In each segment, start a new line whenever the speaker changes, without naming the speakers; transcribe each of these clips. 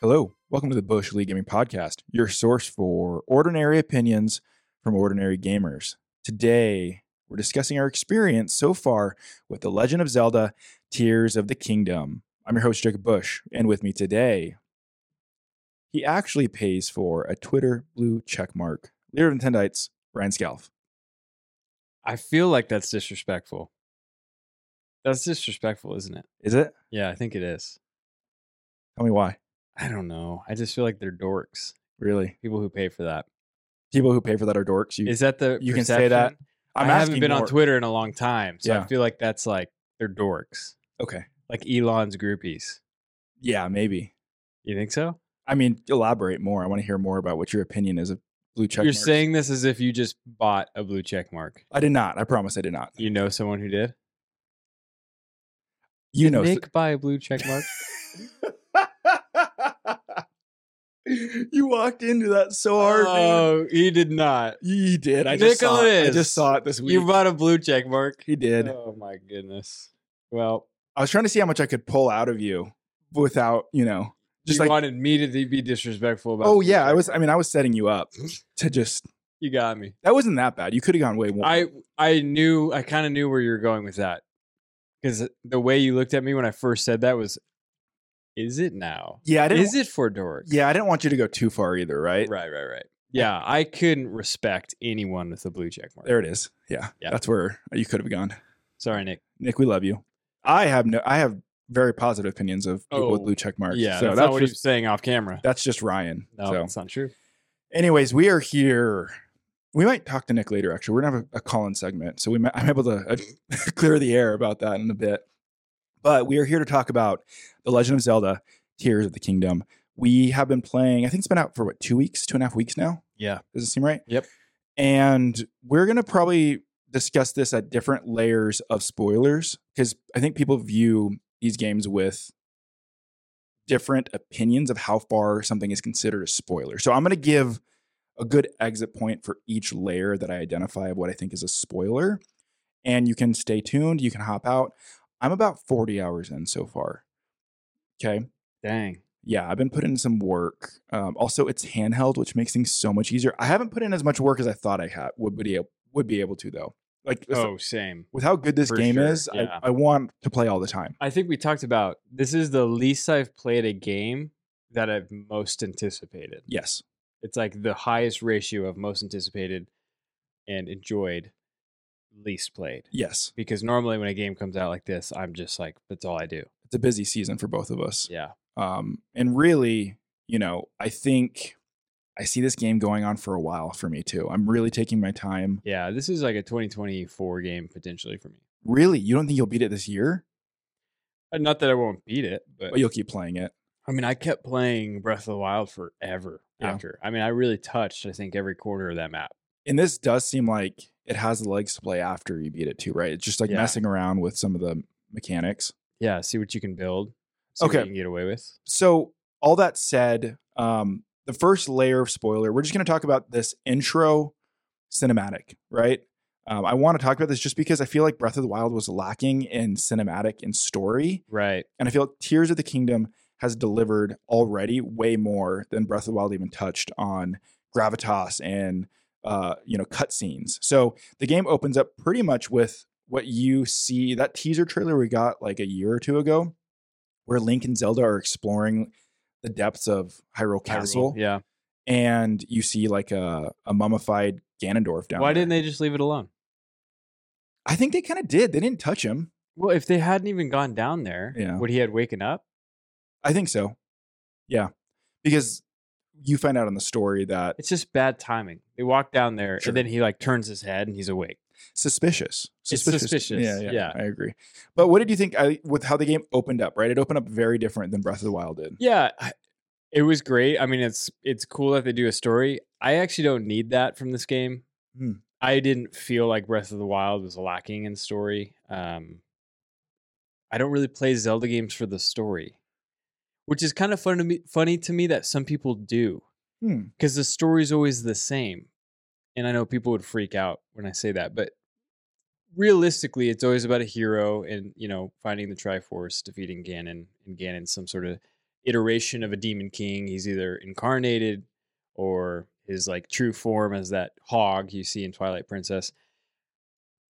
Hello, welcome to the Bush League Gaming Podcast, your source for ordinary opinions from ordinary gamers. Today, we're discussing our experience so far with The Legend of Zelda Tears of the Kingdom. I'm your host, Jacob Bush, and with me today, he actually pays for a Twitter blue checkmark. Leader of Nintendites, Ryan Scalf.
I feel like that's disrespectful. That's disrespectful, isn't it?
Is it?
Yeah, I think it is.
Tell me why.
I don't know. I just feel like they're dorks.
Really?
People who pay for that.
People who pay for that are dorks. You,
Is that the
you can say that.
perception?
I'm
I haven't
asking
been on
more-
Twitter in a long time, so
Yeah.
I feel like that's like they're dorks,
Okay.
like Elon's groupies.
Yeah, maybe.
You think so?
I mean, elaborate more. I want to hear more about what your opinion is of blue check.
You're
marks.
saying this as if you just bought a blue check mark.
I did not. I promise I did not.
You know someone who did.
You know,
Nick buy a blue check mark.
you walked into that so hard. dude.
oh, he did not.
You did. I just saw it. I
Nicholas,
just saw it this week.
You bought a blue check mark.
he did.
Oh my goodness. Well,
I was trying to see how much I could pull out of you without, you know, just
you
like.
wanted me to be disrespectful about.
Oh
the
yeah, I
check
was.
mark.
I mean, I was setting you up to just.
you got me.
That wasn't that bad. You could have gone way more.
I I knew I kind of knew where you were going with that because the way you looked at me when I first said that was, is it now?
yeah, I didn't.
Is it for dorks?
yeah, I didn't want you to go too far either, right?
right, right, right. Yeah, I couldn't respect anyone with a blue check mark.
There it is. Yeah,
Yeah.
that's where you could have gone.
Sorry, Nick.
Nick, we love you. I have no, I have very positive opinions of people with
Oh,
blue check marks.
Yeah,
so
that's,
that's,
not what he was
just
saying off camera.
that's just Ryan.
No,
so,
that's not true.
anyways, we are here. We might talk to Nick later. Actually, we're gonna have a, a call-in segment, so we might, I'm able to uh, clear the air about that in a bit. But we are here to talk about the Legend of Zelda: Tears of the Kingdom. We have been playing. I think it's been out for what two weeks, two and a half weeks now.
Yeah,
Does it seem right?
Yep.
And we're going to probably discuss this at different layers of spoilers because I think people view these games with different opinions of how far something is considered a spoiler. So I'm going to give a good exit point for each layer that I identify of what I think is a spoiler. And you can stay tuned, you can hop out. I'm about 40 hours in so far. Okay
dang.
yeah, I've been putting in some work. Um, also, it's handheld, which makes things so much easier. I haven't put in as much work as I thought I had would be able, would be able to though. Like with-
Oh, same.
with how good this
for
game
sure,
is,
yeah.
I, I want to play all the time.
I think we talked about this is the least I've played a game that I've most anticipated.
Yes,
It's like the highest ratio of most anticipated and enjoyed, least played.
yes,
Because normally when a game comes out like this, I'm just like, that's all I do.
it's a busy season for both of us.
Yeah.
Um, and really, you know, I think I see this game going on for a while for me too. I'm really taking my time.
Yeah. This is like a 2024 game potentially for me.
Really, you don't think you'll beat it this year?
Uh, Not that I won't beat it, but
But you'll keep playing it.
I mean, I kept playing Breath of the Wild forever
Yeah.
after. I mean, I really touched, I think, every corner of that map.
and this does seem like it has the legs to play after you beat it too, right? It's just like
Yeah.
messing around with some of the mechanics.
Yeah. See what you can build. See
Okay.
What you can get away with.
So, all that said, um, the first layer of spoiler, we're just going to talk about this intro cinematic, right? Um, I want to talk about this just because I feel like Breath of the Wild was lacking in cinematic and story.
Right.
And I feel like Tears of the Kingdom has delivered already way more than Breath of the Wild even touched on gravitas and uh, you know cutscenes. So the game opens up pretty much with what you see that teaser trailer we got like a year or two ago, where Link and Zelda are exploring the depths of Hyrule
Hyrule,
Castle,
Yeah.
and you see like a, a mummified Ganondorf down.
Why
there.
didn't they just leave it alone?
I think they kind of did. They didn't touch him.
Well, if they hadn't even gone down there,
Yeah.
would he had waken up?
I think so. Yeah, because you find out in the story that
It's just bad timing. They walk down there,
Sure.
and then he like turns his head, and he's awake.
suspicious.
It's suspicious,
Yeah, yeah,
yeah.
I agree. But what did you think I, with how the game opened up? Right, it opened up very different than Breath of the Wild did.
Yeah, I- it was great. I mean, it's it's cool that they do a story. I actually don't need that from this game.
Hmm.
I didn't feel like Breath of the Wild was lacking in story. Um, I don't really play Zelda games for the story, which is kind of fun to me. Funny to me that some people do.
Hmm.
because Mm, the story's always the same. And I know people would freak out when I say that, but realistically, it's always about a hero and you know finding the Triforce, defeating Ganon, and Ganon's some sort of iteration of a demon king. He's either incarnated or his like true form as that hog you see in Twilight Princess.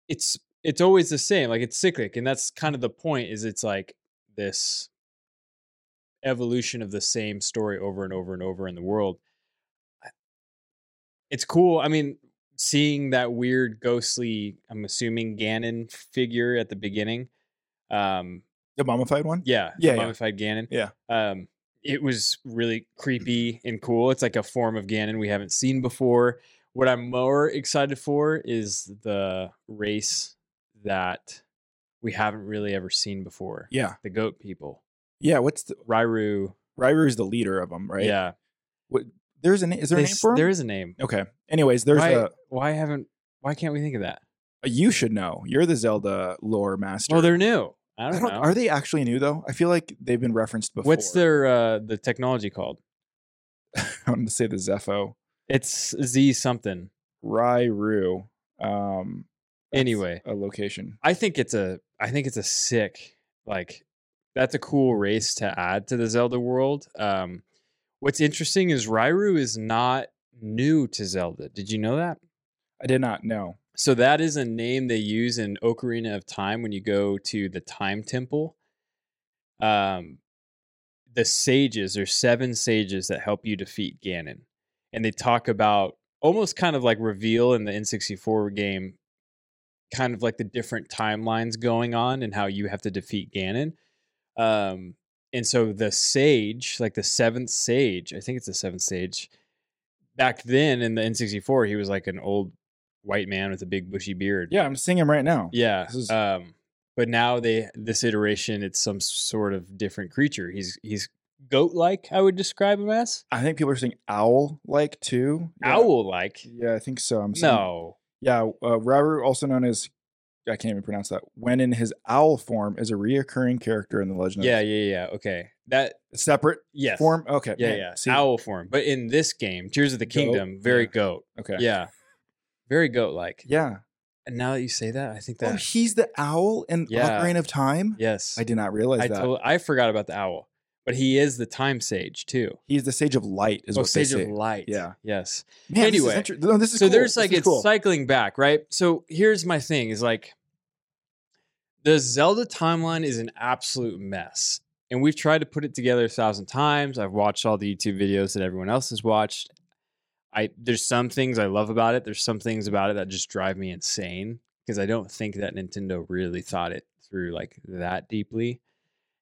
It's it's always the same, like it's cyclic, and that's kind of the point. Is it's like this evolution of the same story over and over and over in the world. It's cool. I mean, seeing that weird ghostly, I'm assuming Ganon figure at the beginning. Um,
The mummified one?
yeah,
Yeah, yeah.
mummified Ganon.
Yeah.
Um, it was really creepy and cool. It's like a form of Ganon we haven't seen before. What I'm more excited for is the race that we haven't really ever seen before.
Yeah.
The goat people.
Yeah. What's the
Ryru.
Ryru is the leader of them, right?
Yeah.
There's an is there a
They
name
s-
for him?
There is a name.
Okay. Anyways, there's
why,
a
why haven't why can't we think of that?
you should know. You're the Zelda lore master.
Well, they're new. I
I
don't,
don't,
know.
Are they actually new though? I feel like they've been referenced before.
What's their uh the technology called?
I wanted to say the Zepho.
It's Z something.
Ryru. Um that's
Anyway.
A location.
I think it's a I think it's a sick like that's a cool race to add to the Zelda world. Um what's interesting is Ryru is not new to Zelda. Did you know that?
I did not know.
So that is a name they use in Ocarina of Time when you go to the Time Temple. Um, the sages, there's seven sages that help you defeat Ganon, and they talk about almost kind of like reveal in the N64 game, kind of like the different timelines going on and how you have to defeat Ganon. Um, and so the sage, like the seventh sage, I think it's the seventh sage. Back then in the N64, he was like an old white man with a big bushy beard.
Yeah, I'm seeing him right now.
Yeah.
This is-
Um, but now they this iteration, it's some sort of different creature. He's he's goat like. I would describe him as
I think people are saying owl like too. Yeah.
owl like.
Yeah, I think so. I'm seeing-
No,
Yeah, uh, Raru, also known as I can't even pronounce that. When in his owl form is a reoccurring character in the Legend.
yeah,
of
yeah, yeah. Okay, that
separate
yes,
form. Okay,
yeah,
man,
yeah,
see-
owl form. But in this game, Tears of the Kingdom, very
yeah.
goat.
Okay,
Yeah, very goat like.
yeah.
And now that you say that, I think
Oh,
that
he's the owl in
Yeah.
Ocarina of Time.
yes,
I did not realize
I
that.
totally- I forgot about the owl, but he is the time sage too.
he's the Sage of Light, is
oh,
what
sage
they say.
of light.
Yeah.
Yes.
Man, this is
Anyway,
inter- no, this is
so
cool.
there's
This
like
is
it's
cool.
cycling back, right? So here's my thing: is like the Zelda timeline is an absolute mess, and we've tried to put it together a thousand times. I've watched all the YouTube videos that everyone else has watched. I there's some things I love about it. There's some things about it that just drive me insane because I don't think that Nintendo really thought it through like that deeply.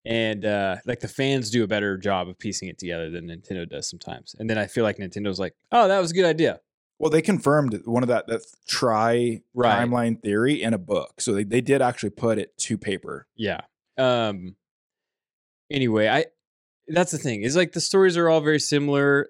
And uh, like the fans do a better job of piecing it together than Nintendo does sometimes. And then I feel like Nintendo's like, oh, that was a good idea.
Well, they confirmed one of that that try
Right.
timeline theory in a book, so they, they did actually put it to paper.
Yeah. Um anyway, I that's the thing. Is like the stories are all very similar.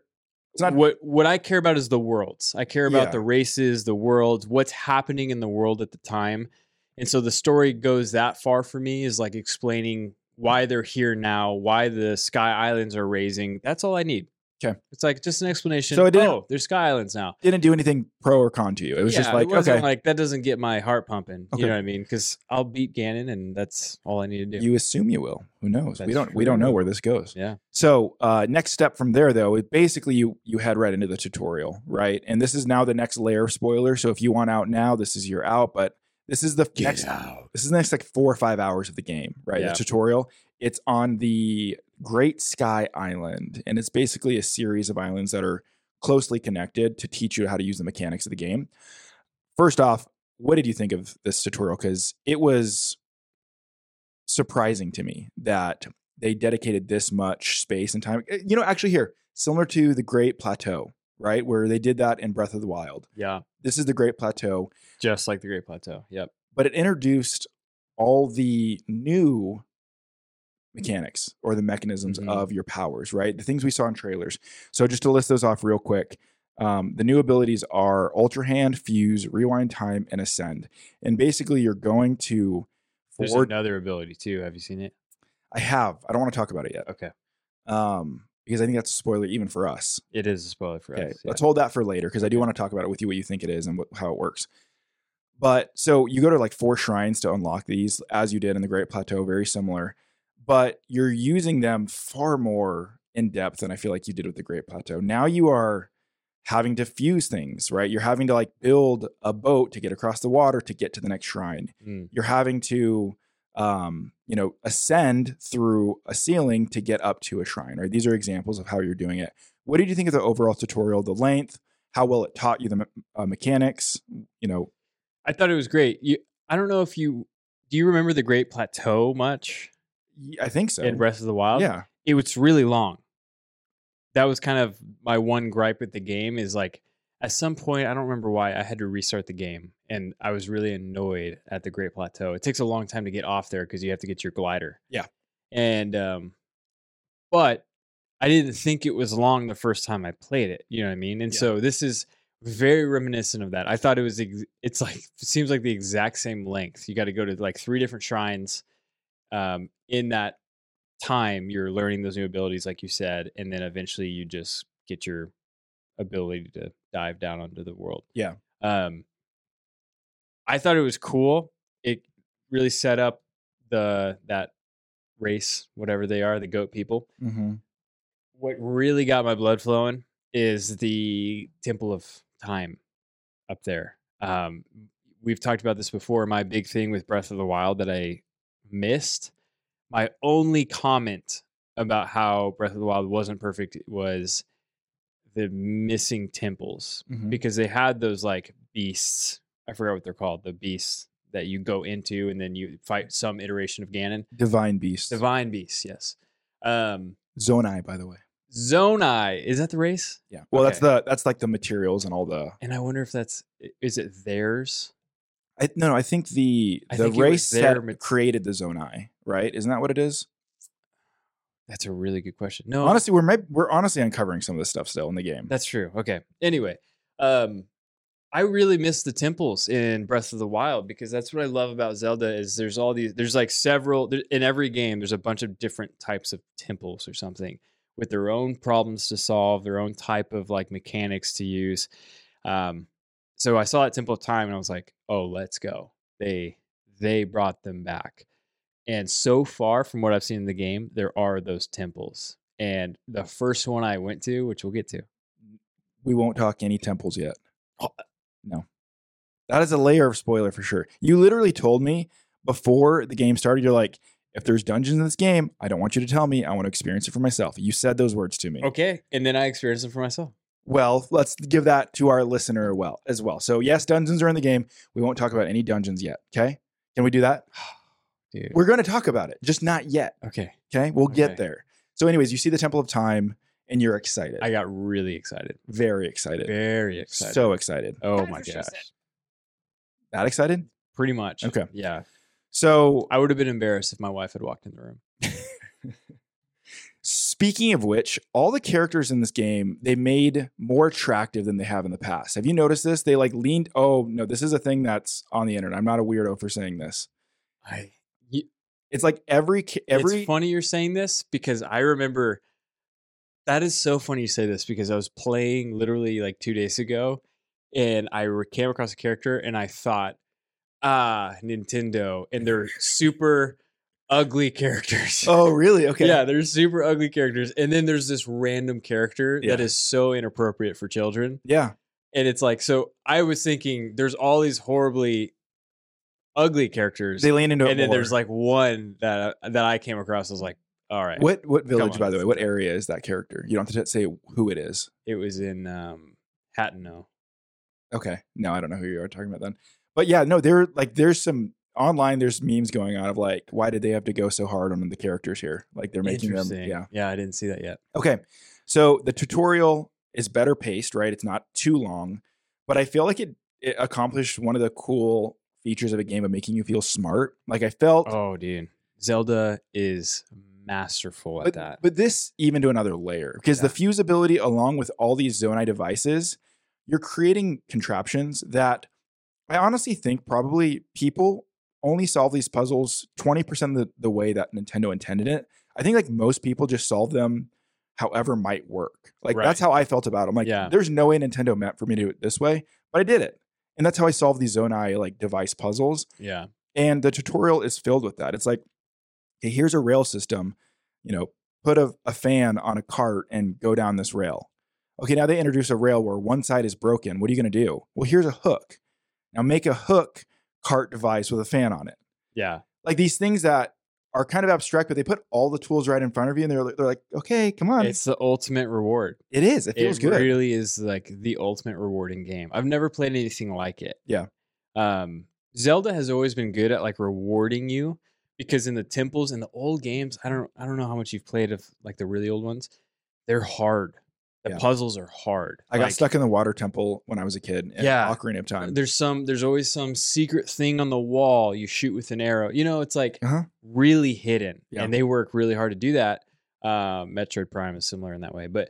It's not-
what what I care about is the worlds. I care about
Yeah.
the races, the worlds, what's happening in the world at the time. And so the story goes that far for me is like explaining why they're here now, why the Sky Islands are raising. That's all I need.
'Kay.
It's like just an explanation.
So I didn't-
oh, there's Sky Islands now.
Didn't do anything pro or con to you. It was just
Yeah,
like
it wasn't
okay,
like that doesn't get my heart pumping.
Okay.
You know what I mean? Because I'll beat Ganon, and that's all I need to do.
you assume you will. Who knows? we
That's
don't we
true.
don't know where this goes.
Yeah.
So uh, next step from there, though, is basically you you head right into the tutorial, right? And this is now the next layer of spoiler. So if you want out now, this is your out. But this is the next.
out.
This is the next like four or five hours of the game, right?
Yeah.
The tutorial. It's on the Great Sky Island, and it's basically a series of islands that are closely connected to teach you how to use the mechanics of the game. First off, what did you think of this tutorial? Because it was surprising to me that they dedicated this much space and time. Eh, You know, actually, here, similar to the Great Plateau, right? Where they did that in Breath of the Wild.
Yeah,
This is the Great Plateau,
just like the Great Plateau. Yep.
but it introduced all the new mechanics or the mechanisms
Mhm.
of your powers, right? The things we saw in trailers. So just to list those off real quick. Um, the new abilities are Ultra Hand, Fuse, Rewind Time, and Ascend. And basically, you're going to
There's
forward.
another ability too. Have you seen it?
I have. I don't want to talk about it yet
Okay,
um, because I think that's a spoiler even for us.
it is a spoiler for
Okay,
us.
let's hold that for later because I do want to talk about it with you, what you think it is and what, how it works. But so you go to like four shrines to unlock these, as you did in the Great Plateau, very similar, but you're using them far more in depth than I feel like you did with the Great Plateau. Now you are having to fuse things, right? You're having to like build a boat to get across the water to get to the next shrine.
Mm.
You're having to um, you know, ascend through a ceiling to get up to a shrine, right? These are examples of how you're doing it. What did you think of the overall tutorial, the length, how well it taught you the me- uh, mechanics, you know,
I thought it was great. You, I don't know if you do you remember the Great Plateau much
y- I think so.
in Breath of the Wild?
yeah.
it was really long. That was kind of my one gripe with the game is like at some point I don't remember why I had to restart the game and I was really annoyed at the Great Plateau. It takes a long time to get off there because you have to get your glider.
Yeah.
And um but I didn't think it was long the first time I played it, you know what I mean? And
Yeah.
so this is very reminiscent of that. I thought it was ex- it's like it seems like the exact same length. You got to go to like three different shrines um in that time you're learning those new abilities like you said and then eventually you just get your ability to dive down onto the world
Yeah.
um i thought it was cool it really set up the that race whatever they are the goat people
Mm-hmm.
what really got my blood flowing is the temple of time up there um we've talked about this before my big thing with breath of the wild that i missed my only comment about how breath of the wild wasn't perfect was the missing temples
Mhm.
because they had those like beasts i forgot what they're called the beasts that you go into and then you fight some iteration of ganon
Divine Beast.
divine beasts yes um
Zonai, by the way.
Zonai. Is that the race?
Yeah. Well, that's
Okay.
the that's like the materials and all the.
And I wonder if that's i- is it theirs?
I, no, no, I think the
I
the
think it was
race
their
that
mat-
created the Zonai, right? Isn't that what it is?
That's a really good question. No,
Honestly, we're may- we're honestly uncovering some of this stuff still in the game.
that's true. Okay. Anyway, um, I really miss the temples in Breath of the Wild because that's what I love about Zelda is there's all these there's like several there, in every game there's a bunch of different types of temples or something with their own problems to solve, their own type of like mechanics to use. Um, so I saw that Temple of Time and I was like, oh, let's go. They they brought them back. And so far from what I've seen in the game, there are those temples. And the first one I went to, which we'll get to,
we won't talk any temples yet.
Oh.
No. That is a layer of spoiler for sure. You literally told me before the game started, you're like, if there's dungeons in this game, I don't want you to tell me. I want to experience it for myself. You said those words to me.
Okay. And then I experienced them for myself.
Well, let's give that to our listener well as well. So yes, dungeons are in the game. We won't talk about any dungeons yet. Okay. Can we do that?
Dude.
We're going to talk about it, just not yet.
Okay.
Okay. We'll
Okay.
get there. So, anyways, you see the Temple of Time and you're excited.
I got really excited.
very excited.
Very excited.
So excited.
oh
That's
my
what she
gosh.
said.
That excited?
Pretty much.
Okay.
Yeah.
So,
I would have been embarrassed if my wife had walked in the room.
speaking of which, all the characters in this game, they made more attractive than they have in the past. Have you noticed this? They like leaned, oh, no, this is a thing that's on the internet. I'm not a weirdo for saying this.
I
It's like every, ca- every,
it's funny you're saying this because I remember that is so funny you say this because I was playing literally like two days ago and I re- came across a character and I thought, ah, Nintendo, and they're super ugly characters.
oh, really? Okay.
Yeah, they're super ugly characters. And then there's this random character that
Yeah.
is so inappropriate for children.
Yeah.
And it's like, so I was thinking there's all these horribly ugly characters.
They lean into it
and then
more.
there's like one that uh, that I came across I was like, all right.
what, what village,
on.
by the way, what area is that character? You don't have to say who it is.
It was in um Hatton. No.
Okay. No, I don't know who you are talking about then. But yeah, no, there like there's some online there's memes going on of like why did they have to go so hard on the characters here? Like they're making them
Interesting.
yeah.
Yeah, I didn't see that yet.
Okay. So the tutorial is better paced, right? It's not too long, but I feel like it, it accomplished one of the cool features of a game of making you feel smart. Like I felt
Oh, dude. Zelda is masterful at
but,
that.
but this even to another layer because the fusibility along with all these Zonai devices, you're creating contraptions that I honestly think probably people only solve these puzzles 20% of the, the way that Nintendo intended it. I think like most people just solve them however might work. Like
Right.
that's how I felt about it. I'm like,
Yeah.
there's no way Nintendo meant for me to do it this way, but I did it. And that's how I solved these Zonai like device puzzles.
yeah.
And the tutorial is filled with that. It's like, okay, here's a rail system, you know, put a, a fan on a cart and go down this rail. Okay, now they introduce a rail where one side is broken. What are you going to do? Well, here's a hook. Now make a hook cart device with a fan on it.
Yeah.
Like these things that are kind of abstract, but they put all the tools right in front of you, and they're they're like, okay, come on,
It's the ultimate reward.
it is. It feels good.
really is like the ultimate rewarding game. I've never played anything like it.
Yeah.
Um, Zelda has always been good at like rewarding you because in the temples in the old games, I don't I don't know how much you've played of like the really old ones. They're hard. The
Yeah.
puzzles are hard.
I got
Like,
stuck in the water temple when I was a kid. in
Yeah.
Ocarina of Time.
There's some there's always some secret thing on the wall you shoot with an arrow. You know, it's like
Uh-huh.
really hidden.
Yeah.
And they work really hard to do that. Uh, Metroid Prime is similar in that way, but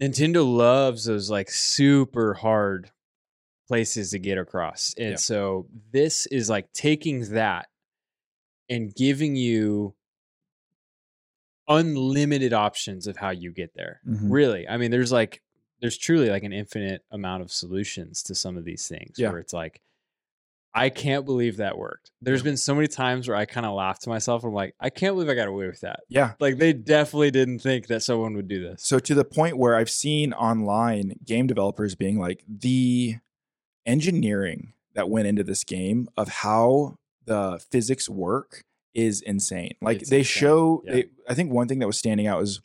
Nintendo loves those like super hard places to get across. And
Yeah.
so this is like taking that and giving you unlimited options of how you get there
Mhm.
really i mean there's like there's truly like an infinite amount of solutions to some of these things
Yeah.
where it's like i can't believe that worked There's
Yeah.
been so many times where i kind of laugh to myself i'm like i can't believe i got away with that
Yeah.
like they definitely didn't think that someone would do this
So to the point where I've seen online game developers being like the engineering that went into this game of how the physics work is insane. Like
It's
they
insane.
show
Yeah.
they, I think one thing that was standing out was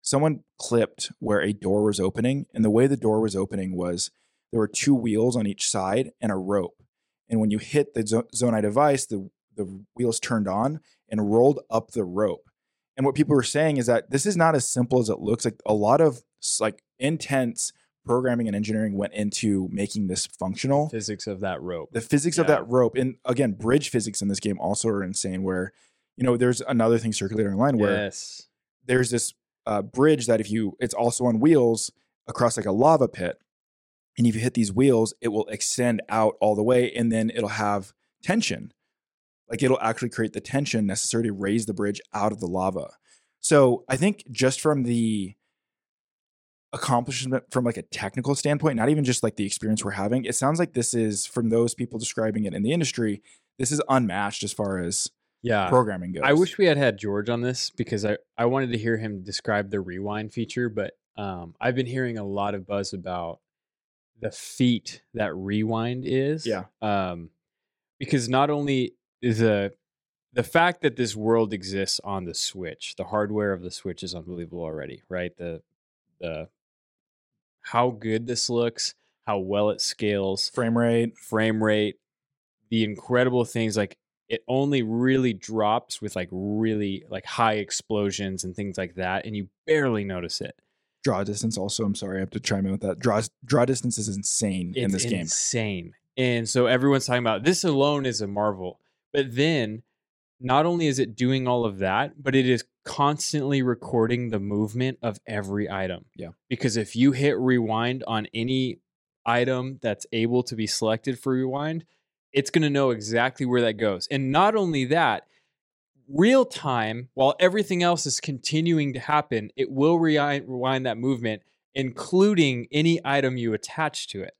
someone clipped where a door was opening and the way the door was opening was there were two wheels on each side and a rope. And when you hit the Zo- Zonai device, the the wheels turned on and rolled up the rope. And what people were saying is that this is not as simple as it looks. Like a lot of s- like intense programming and engineering went into making this functional.
physics of that rope
The physics of
Yeah.
that rope and again, bridge physics in this game also are insane. Where you know there's another thing circulating online where
yes
there's this uh, bridge that if you it's also on wheels across like a lava pit and if you hit these wheels it will extend out all the way and then it'll have tension like it'll actually create the tension necessary to raise the bridge out of the lava so i think just from the accomplishment from like a technical standpoint not even just like the experience we're having it sounds like this is from those people describing it in the industry this is unmatched as far as
yeah
programming goes
Uh, I wish we had had George on this because I, I wanted to hear him describe the rewind feature, but um, I've been hearing a lot of buzz about the feat that rewind is.
Yeah.
Um, because not only is the the fact that this world exists on the Switch, the hardware of the Switch is unbelievable already, right? The the how good this looks, how well it scales,
frame rate
frame rate, the incredible things like it only really drops with like really like high explosions and things like that, and you barely notice it.
draw distance also i'm sorry i have to chime in with that draw draw distance is insane in this game
insane. And so everyone's talking about this alone is a marvel. But then not only is it doing all of that, but it is constantly recording the movement of every item.
Yeah.
Because if you hit rewind on any item that's able to be selected for rewind, it's going to know exactly where that goes. And not only that, real time, while everything else is continuing to happen, it will rewind, rewind that movement, including any item you attach to it.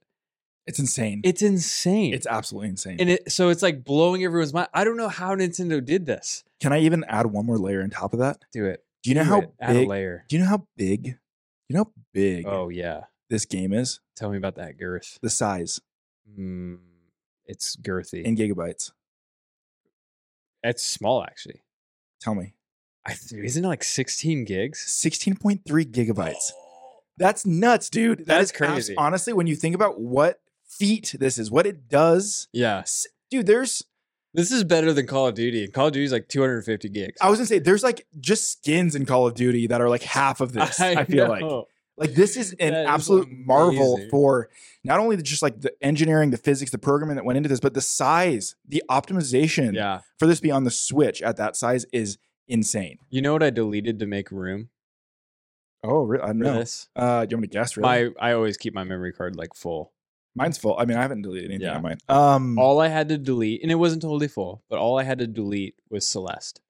it's insane it's,
It's insane.
absolutely insane
and it, so it's like blowing everyone's mind. I don't know how Nintendo did this.
can i even add one more layer on top of that
Do it.
do you know
Do
how
it. add a
big
layer.
do you know how big do you know how big
Oh yeah.
this game is
Tell me about that girth.
the size
Mm, it's girthy.
in gigabytes
it's small actually.
tell me
I th- isn't it like 16 gigs?
16.3 gigabytes that's nuts dude That is
That's
abs-
crazy.
honestly when you think about what feat this is what it does
Yeah.
s- dude there's
This is better than Call of Duty. Call of Duty's like 250 gigs.
i was gonna say there's like just skins in call of duty that are like half of this i, feel like
know.
Like this is an
That is
absolute marvel
amazing.
for not only the, just like the engineering, the physics, the programming that went into this, but the size, the optimization
Yeah.
for this to be on the Switch at that size is insane.
You know what I deleted to make room
Oh, really? I
for
know.
this?
Uh, do you want me to guess? Really?
My I always keep my memory card like full.
Mine's full. I mean, I haven't deleted anything
Yeah.
on mine. Um,
All I had to delete, and it wasn't totally full, but all I had to delete was Celeste.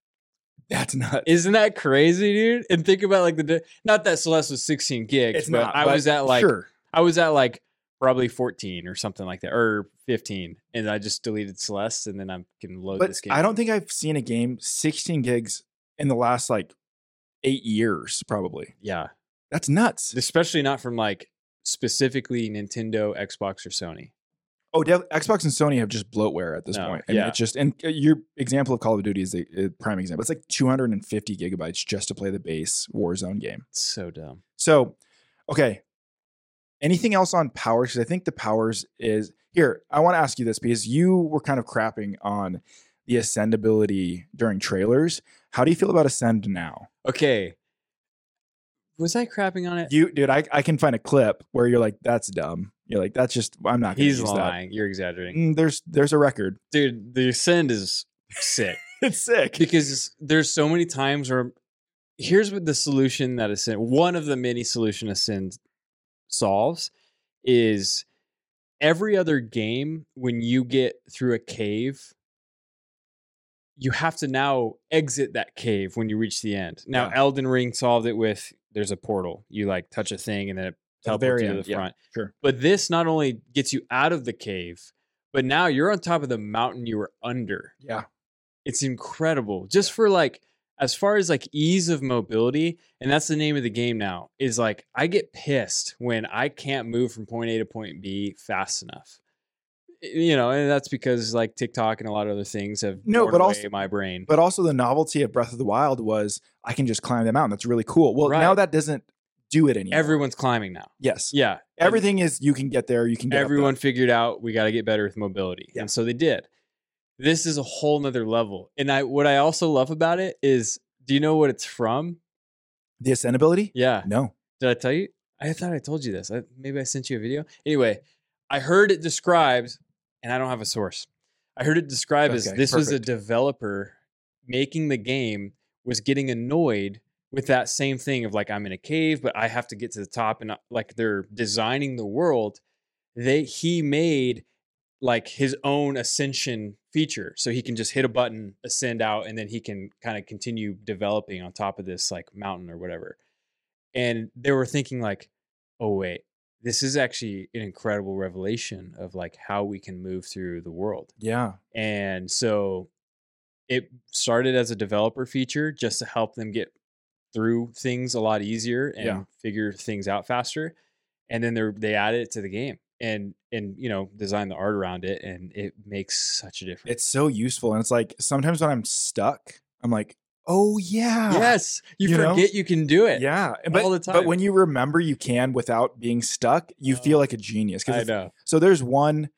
that's not.
Isn't that crazy, dude? And think about like the di- not that Celeste was 16 gigs,
It's
but
not.
I
but
was at like
sure.
I was at like probably 14 or something like that, or 15, and I just deleted Celeste, and then I can load
But
oh, this game.
I don't think I've seen a game 16 gigs in the last like eight years, probably.
Yeah.
That's nuts.
Especially not from like specifically Nintendo, Xbox, or Sony.
Oh, def- Xbox and Sony have just bloatware at this
No,
point. And
yeah.
it's just and uh, your example of Call of Duty is the uh, prime example. It's like 250 gigabytes just to play the base Warzone game.
It's so dumb.
So, okay. Anything else on powers? Because I think the powers is here. I want to ask you this because you were kind of crapping on the ascendability during trailers. How do you feel about ascend now?
Okay. Was I crapping on it?
You, dude, I, I can find a clip where you're like, "That's dumb." You're like, "That's just I'm not." Gonna
He's
use
lying. You're
That.
exaggerating.
Mm, there's there's a record.
Dude, the ascend is sick.
It's sick.
because there's so many times where here's what the solution that Ascend, one of the many solution Ascend solves is every other game when you get through a cave, you have to now exit that cave when you reach the end. Now,
Yeah.
Elden Ring solved it with there's a portal. You like touch a thing and then it
At the very
teleports you to
end,
the
yeah.
front.
Sure.
But this not only gets you out of the cave, but now you're on top of the mountain you were under
Yeah.
it's incredible just for like as far as like ease of mobility and that's the name of the game now is like i get pissed when i can't move from point a to point b fast enough Y- you know and that's because like tiktok and a lot of other things have
No,
torn
but
away
also-
my brain
But also the novelty of Breath of the Wild was I can just climb the mountain. That's really cool. Well,
Right.
now that doesn't do it anymore.
everyone's climbing now
yes,
yeah And-
everything is you can get there. You can get up there.
everyone figured out we got to get better with mobility
Yeah.
and so they did this is a whole nother level and i what i also love about it is do you know what it's from
The ascend ability?
yeah
No.
Did I tell you? I thought I told you this. I, maybe I sent you a video. Anyway, I heard it described, and I don't have a source. I heard it described as
Okay,
this was a
perfect.
developer making the game was getting annoyed with that same thing of like I'm in a cave, but I have to get to the top, and uh, like they're designing the world. They he made like his own ascension feature, so he can just hit a button, ascend out, and then he can kind of continue developing on top of this like mountain or whatever and they were thinking like oh wait this is actually an incredible revelation of like how we can move through the world
Yeah.
and so it started as a developer feature just to help them get through things a lot easier and
Yeah.
figure things out faster. And then they they added it to the game and and you know design the art around it and it makes such a difference.
It's so useful. And it's like sometimes when I'm stuck, I'm like, oh yeah.
yes, you,
You know?
forget you can do it.
Yeah. But,
All the
but
time.
when you remember you can without being stuck, you feel
Oh.
like a genius. 'Cause
I
it's-
know.
So there's one.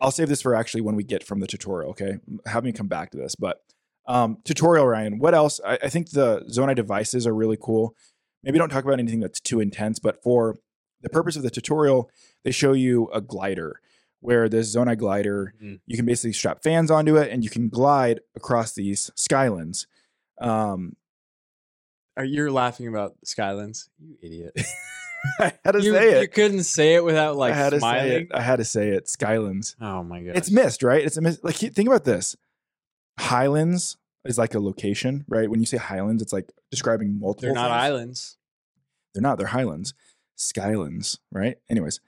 I'll save this for actually when we get from the tutorial. Okay, have me come back to this. But um, tutorial, Ryan. What else? I, I think the Zonai devices are really cool. Maybe don't talk about anything that's too intense. But for the purpose of the tutorial, they show you a glider where this Zonai glider
Mhm.
you can basically strap fans onto it and you can glide across these skylands. Um,
Are you laughing about Skylands? You idiot.
I had to
you,
say
you
it.
couldn't say it without like
I had to
smiling.
say it. I had to say it. Skylands.
Oh my god!
It's missed, right? It's a miss. Like think about this. Highlands is like a location, right? When you say highlands, it's like describing multiple.
they're not
things.
islands.
They're not. They're highlands, skylands, right? Anyways,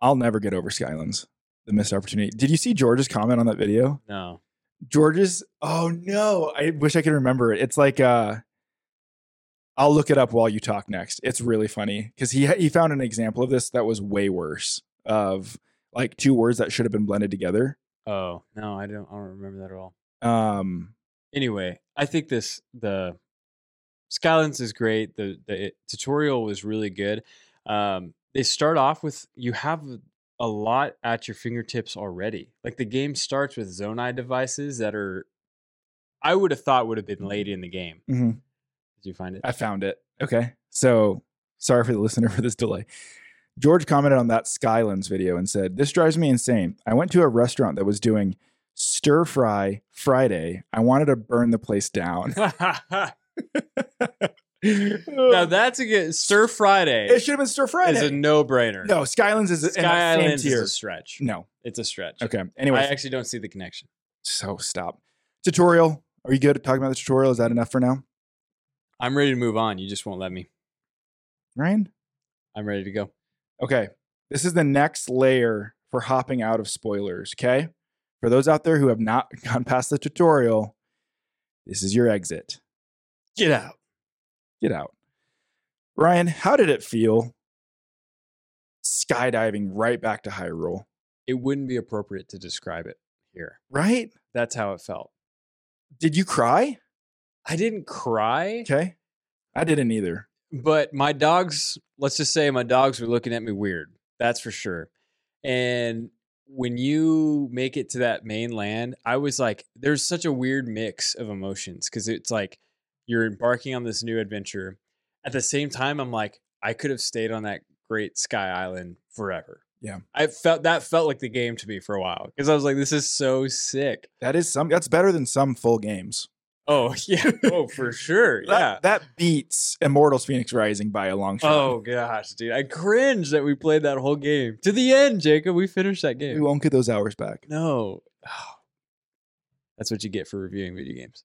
I'll never get over skylands. The missed opportunity. Did you see George's comment on that video?
No.
George's. Oh no! I wish I could remember it. It's like uh, I'll look it up while you talk next. It's really funny because he he found an example of this that was way worse of like two words that should have been blended together.
Oh no, I don't. I don't remember that at all.
Um,
Anyway, I think this the Skylands is great. The the it- tutorial was really good. Um, they start off with you have a lot at your fingertips already. Like the game starts with Zonai devices that are, I would have thought would have been late in the game.
mhm.
Did you find it?
I found it. Okay. So sorry for the listener for this delay. George commented on that Skylands video and said, This drives me insane. I went to a restaurant that was doing stir fry Friday. I wanted to burn the place down.
now that's a good Stir Friday.
it should have been stir
is a
Friday.
no brainer.
No, Skylands is in
Sky
that same
Islands
tier.
is a stretch.
no.
It's a stretch.
Okay.
I
Anyway,
actually don't see the connection.
so stop. Tutorial. Are you good at talking about the tutorial? Is that enough for now?
I'm ready to move on. You just won't let me.
Ryan?
I'm ready to go.
Okay. This is the next layer for hopping out of spoilers. Okay. For those out there who have not gone past the tutorial, this is your exit.
Get out.
Get out. Ryan, how did it feel skydiving right back to Hyrule?
It wouldn't be appropriate to describe it here.
Right?
That's how it felt.
Did you cry?
I didn't cry,
Okay. I didn't either.
but my dogs, let's just say my dogs were looking at me weird. That's for sure. And when you make it to that mainland, I was like, there's such a weird mix of emotions because it's like you're embarking on this new adventure. At the same time, I'm like, I could have stayed on that great sky island forever.
Yeah.
I felt that felt like the game to me for a while because I was like, this is so sick.
That is some that's better than some full games.
Oh, yeah. Oh, for sure.
That, that beats Immortals Phoenix Rising by a long shot.
Oh gosh, dude. I cringe that we played that whole game. To the end, Jacob. We finished that
We
game.
won't get those hours back.
No. That's what you get for reviewing video games.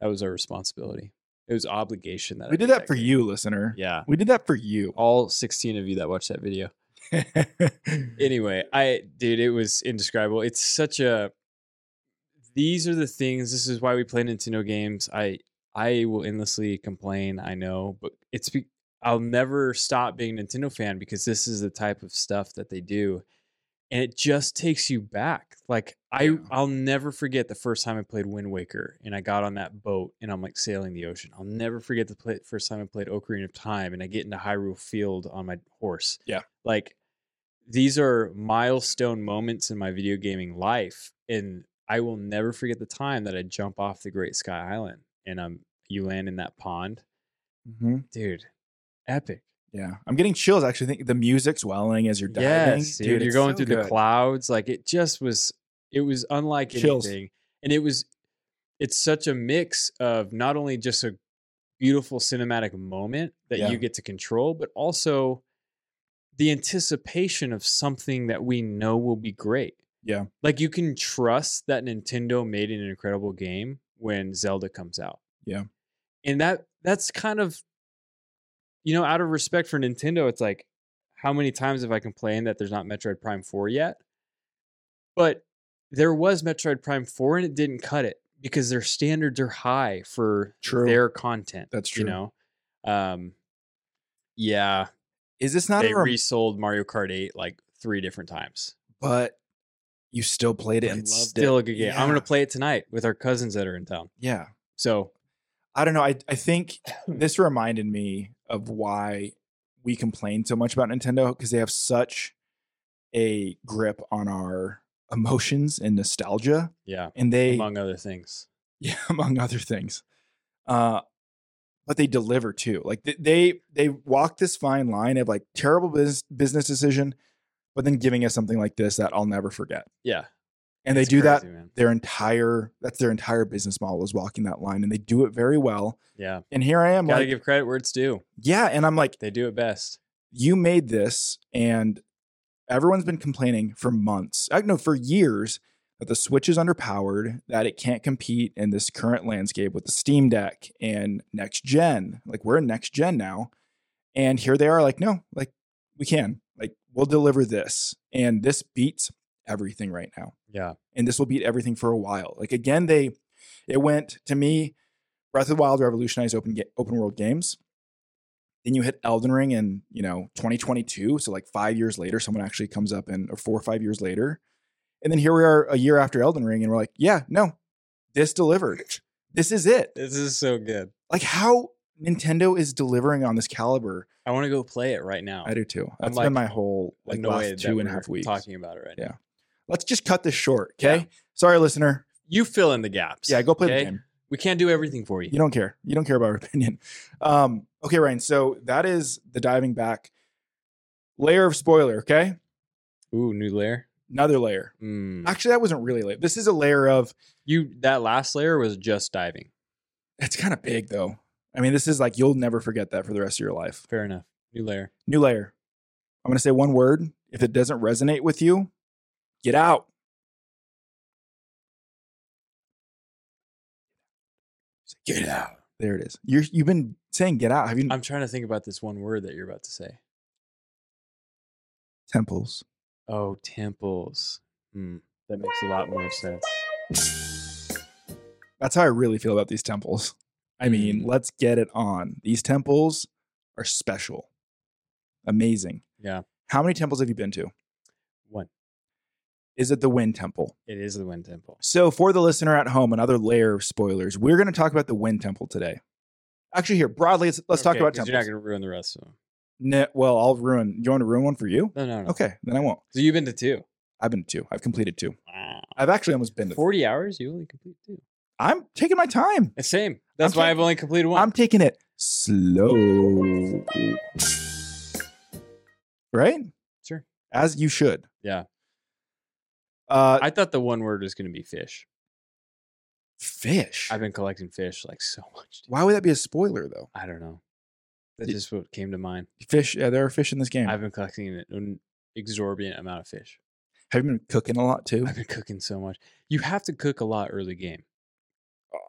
That was our responsibility. It was obligation that I
We did
made
that for
game.
you, listener.
Yeah.
We did that for you.
All 16 of you that watched that video.
it
Anyway, I dude, it was indescribable. It's such a these are the things. This is why we play Nintendo games. I I will endlessly complain, I know, but it's be, I'll never stop being a Nintendo fan because this is the type of stuff that they do. And it just takes you back. Like I
Yeah.
I'll never forget the first time I played Wind Waker and I got on that boat and I'm like sailing the ocean. I'll never forget the play, first time I played Ocarina of Time and I get into Hyrule Field on my horse.
Yeah.
Like these are milestone moments in my video gaming life and I will never forget the time that I jump off the Great Sky Island and I'm you land in that pond.
hmm
Dude, epic.
Yeah. I'm getting chills actually. I think the music's welling as you're diving.
Yes, dude, you're
it's
going
so
through the
good.
clouds. Like it just was, it was unlike
Chills.
anything, and it was, it's such a mix of not only just a beautiful cinematic moment that
Yeah.
you get to control, but also the anticipation of something that we know will be great.
Yeah.
like you can trust that Nintendo made an incredible game when Zelda comes out.
Yeah.
and that that's kind of, you know, out of respect for Nintendo, it's like how many times have I complained that there's not Metroid Prime 4 yet? But there was Metroid Prime 4 and it didn't cut it because their standards are high for
True.
their content.
That's
You
true.
know? Um yeah,
Is this not
they
a rem-
resold Mario Kart 8 like 3 different times.
but you still played it
But
and
it's
loved
still
it.
a good game.
Yeah.
I'm going to play it tonight with our cousins that are in town.
Yeah.
So,
I don't know. I, I think this reminded me of why we complain so much about Nintendo because they have such a grip on our emotions and nostalgia.
yeah,
And they,
among other things.
yeah, among other things. Uh, but they deliver too. Like th- they they walk this fine line of like terrible business business decision, but then giving us something like this that I'll never forget.
Yeah.
And they
it's
do that
crazy, man.
their entire that's their entire business model is walking that line, and they do it very well.
Yeah.
And here I am,
Got to
like,
give credit where it's due.
yeah, and I'm like,
They do it best.
you made this and everyone's been complaining for months i know for years that the switch is underpowered that it can't compete in this current landscape with the steam deck and next gen like we're in next gen now and here they are like no like we can like we'll deliver this and this beats everything right now
Yeah.
and this will beat everything for a while. Like again, they it went to me. Breath of the Wild revolutionized open ga- open world games. Then you hit Elden Ring in you know 2022, so like five years later, someone actually comes up and or four or five years later, and then here we are a year after Elden Ring, and we're like, yeah, no, this delivered. This is it.
This is so good.
Like how Nintendo is delivering on this caliber.
I want to go play it right now.
I do too. That's
like,
been my whole like last two and a half weeks.
talking about it right
Yeah.
now.
Let's just cut this short, okay?
Yeah.
Sorry, listener.
You fill in the gaps.
Yeah, go play
okay?
the game.
We can't do everything for you.
You don't care. You don't care about our opinion. Um, okay, Ryan. So that is the diving back layer of spoiler. Okay,
Ooh, new layer.
another layer.
Mm.
Actually, that wasn't really layer. This is a layer of.
You that last layer was just diving.
It's kind of big though. I mean, this is like you'll never forget that for the rest of your life.
Fair enough. New layer.
New layer. I'm gonna say one word. If it doesn't resonate with you, get out. Get out. There it is. You're, you've been saying get out. Have you?
I'm trying to think about this one word that you're about to say.
temples.
Oh, temples. Hmm. That makes a lot more sense.
That's how I really feel about these temples. I mean,
Mm.
let's get it on. These temples are special, amazing.
Yeah.
How many temples have you been to?
One.
Is it the Wind Temple?
It is the Wind Temple.
So, for the listener at home, another layer of spoilers. We're going to talk about the Wind Temple today. Actually, here broadly, let's, let's talk
Okay,
about
'cause
temples.
You're not going to ruin the rest of them.
Ne- well, I'll ruin. You want to ruin one for you?
No, no, no.
Okay, then I won't.
So you've been to two.
I've been to two. I've completed two.
Wow.
I've actually almost been to. i
Forty hours. You only complete two.
I'm taking my time.
The same. That's
I'm
why
trying-
I've only completed one.
I'm taking it slow. Right?
Sure.
As you should.
Yeah.
Uh,
I thought the one word was going to be fish.
fish.
I've been collecting fish like so much. dude.
Why would that be a spoiler though?
I don't know. That's
It-
just what came to mind.
Fish. Yeah, there are fish in this game.
I've been collecting an- an exorbitant amount of fish.
Have you been cooking a lot too?
I've been cooking so much. You have to cook a lot early game.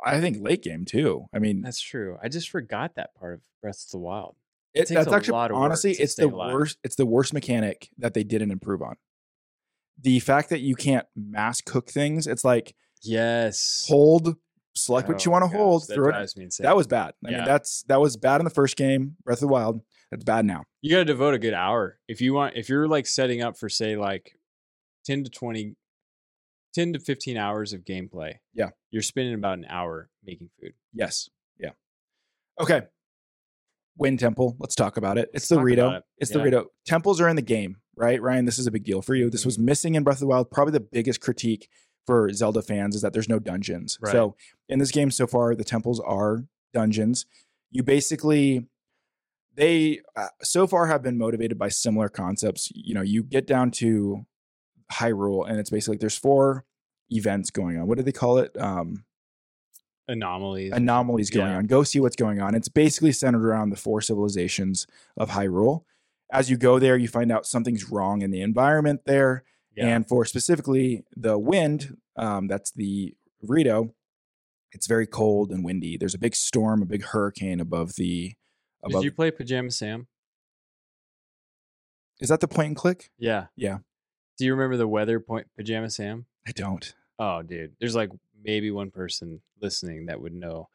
I think late game too. I mean,
That's true. I just forgot that part of Breath of the Wild.
it,
takes
that's
a
actually
lot of work
honestly,
to
it's
stay
the
alive.
worst. It's the worst mechanic that they didn't improve on. The fact that you can't mass cook things. It's like
Yes.
hold, select what you
Oh
want to
my gosh,
hold,
That
throw it.
drives me insane.
That was bad. I mean,
Yeah.
that's that was bad in the first game, Breath of the Wild. That's bad now.
you got to devote a good hour if you want if you're like setting up for say like 10 to 20 10 to 15 hours of gameplay
Yeah.
you're spending about an hour making food
Yes. Yeah. Okay. Wind Temple. Let's talk about it. It's the
talk
Rito.
about it.
It's
Yeah.
the Rito. Temples are in the game, right? Ryan, this is a big deal for you. This was
Mhm.
missing in Breath of the Wild. Probably the biggest critique for Zelda fans is that there's no dungeons.
Right.
So in this game so far, the temples are dungeons. You basically they uh, so far have been motivated by similar concepts. You know, you get down to Hyrule, and it's basically like there's four events going on. What do they call it? Um,
anomalies
anomalies going
Yeah.
on. Go see what's going on. It's basically centered around the four civilizations of Hyrule. As you go there, you find out something's wrong in the environment there.
yeah.
And for specifically the wind, um, that's the Rito, it's very cold and windy. There's a big storm, a big hurricane above the.
did
Above,
you play pajama sam
is that the point and click?
yeah
Yeah.
do you remember the weather point pajama sam
I don't.
oh dude there's like maybe one person listening that would know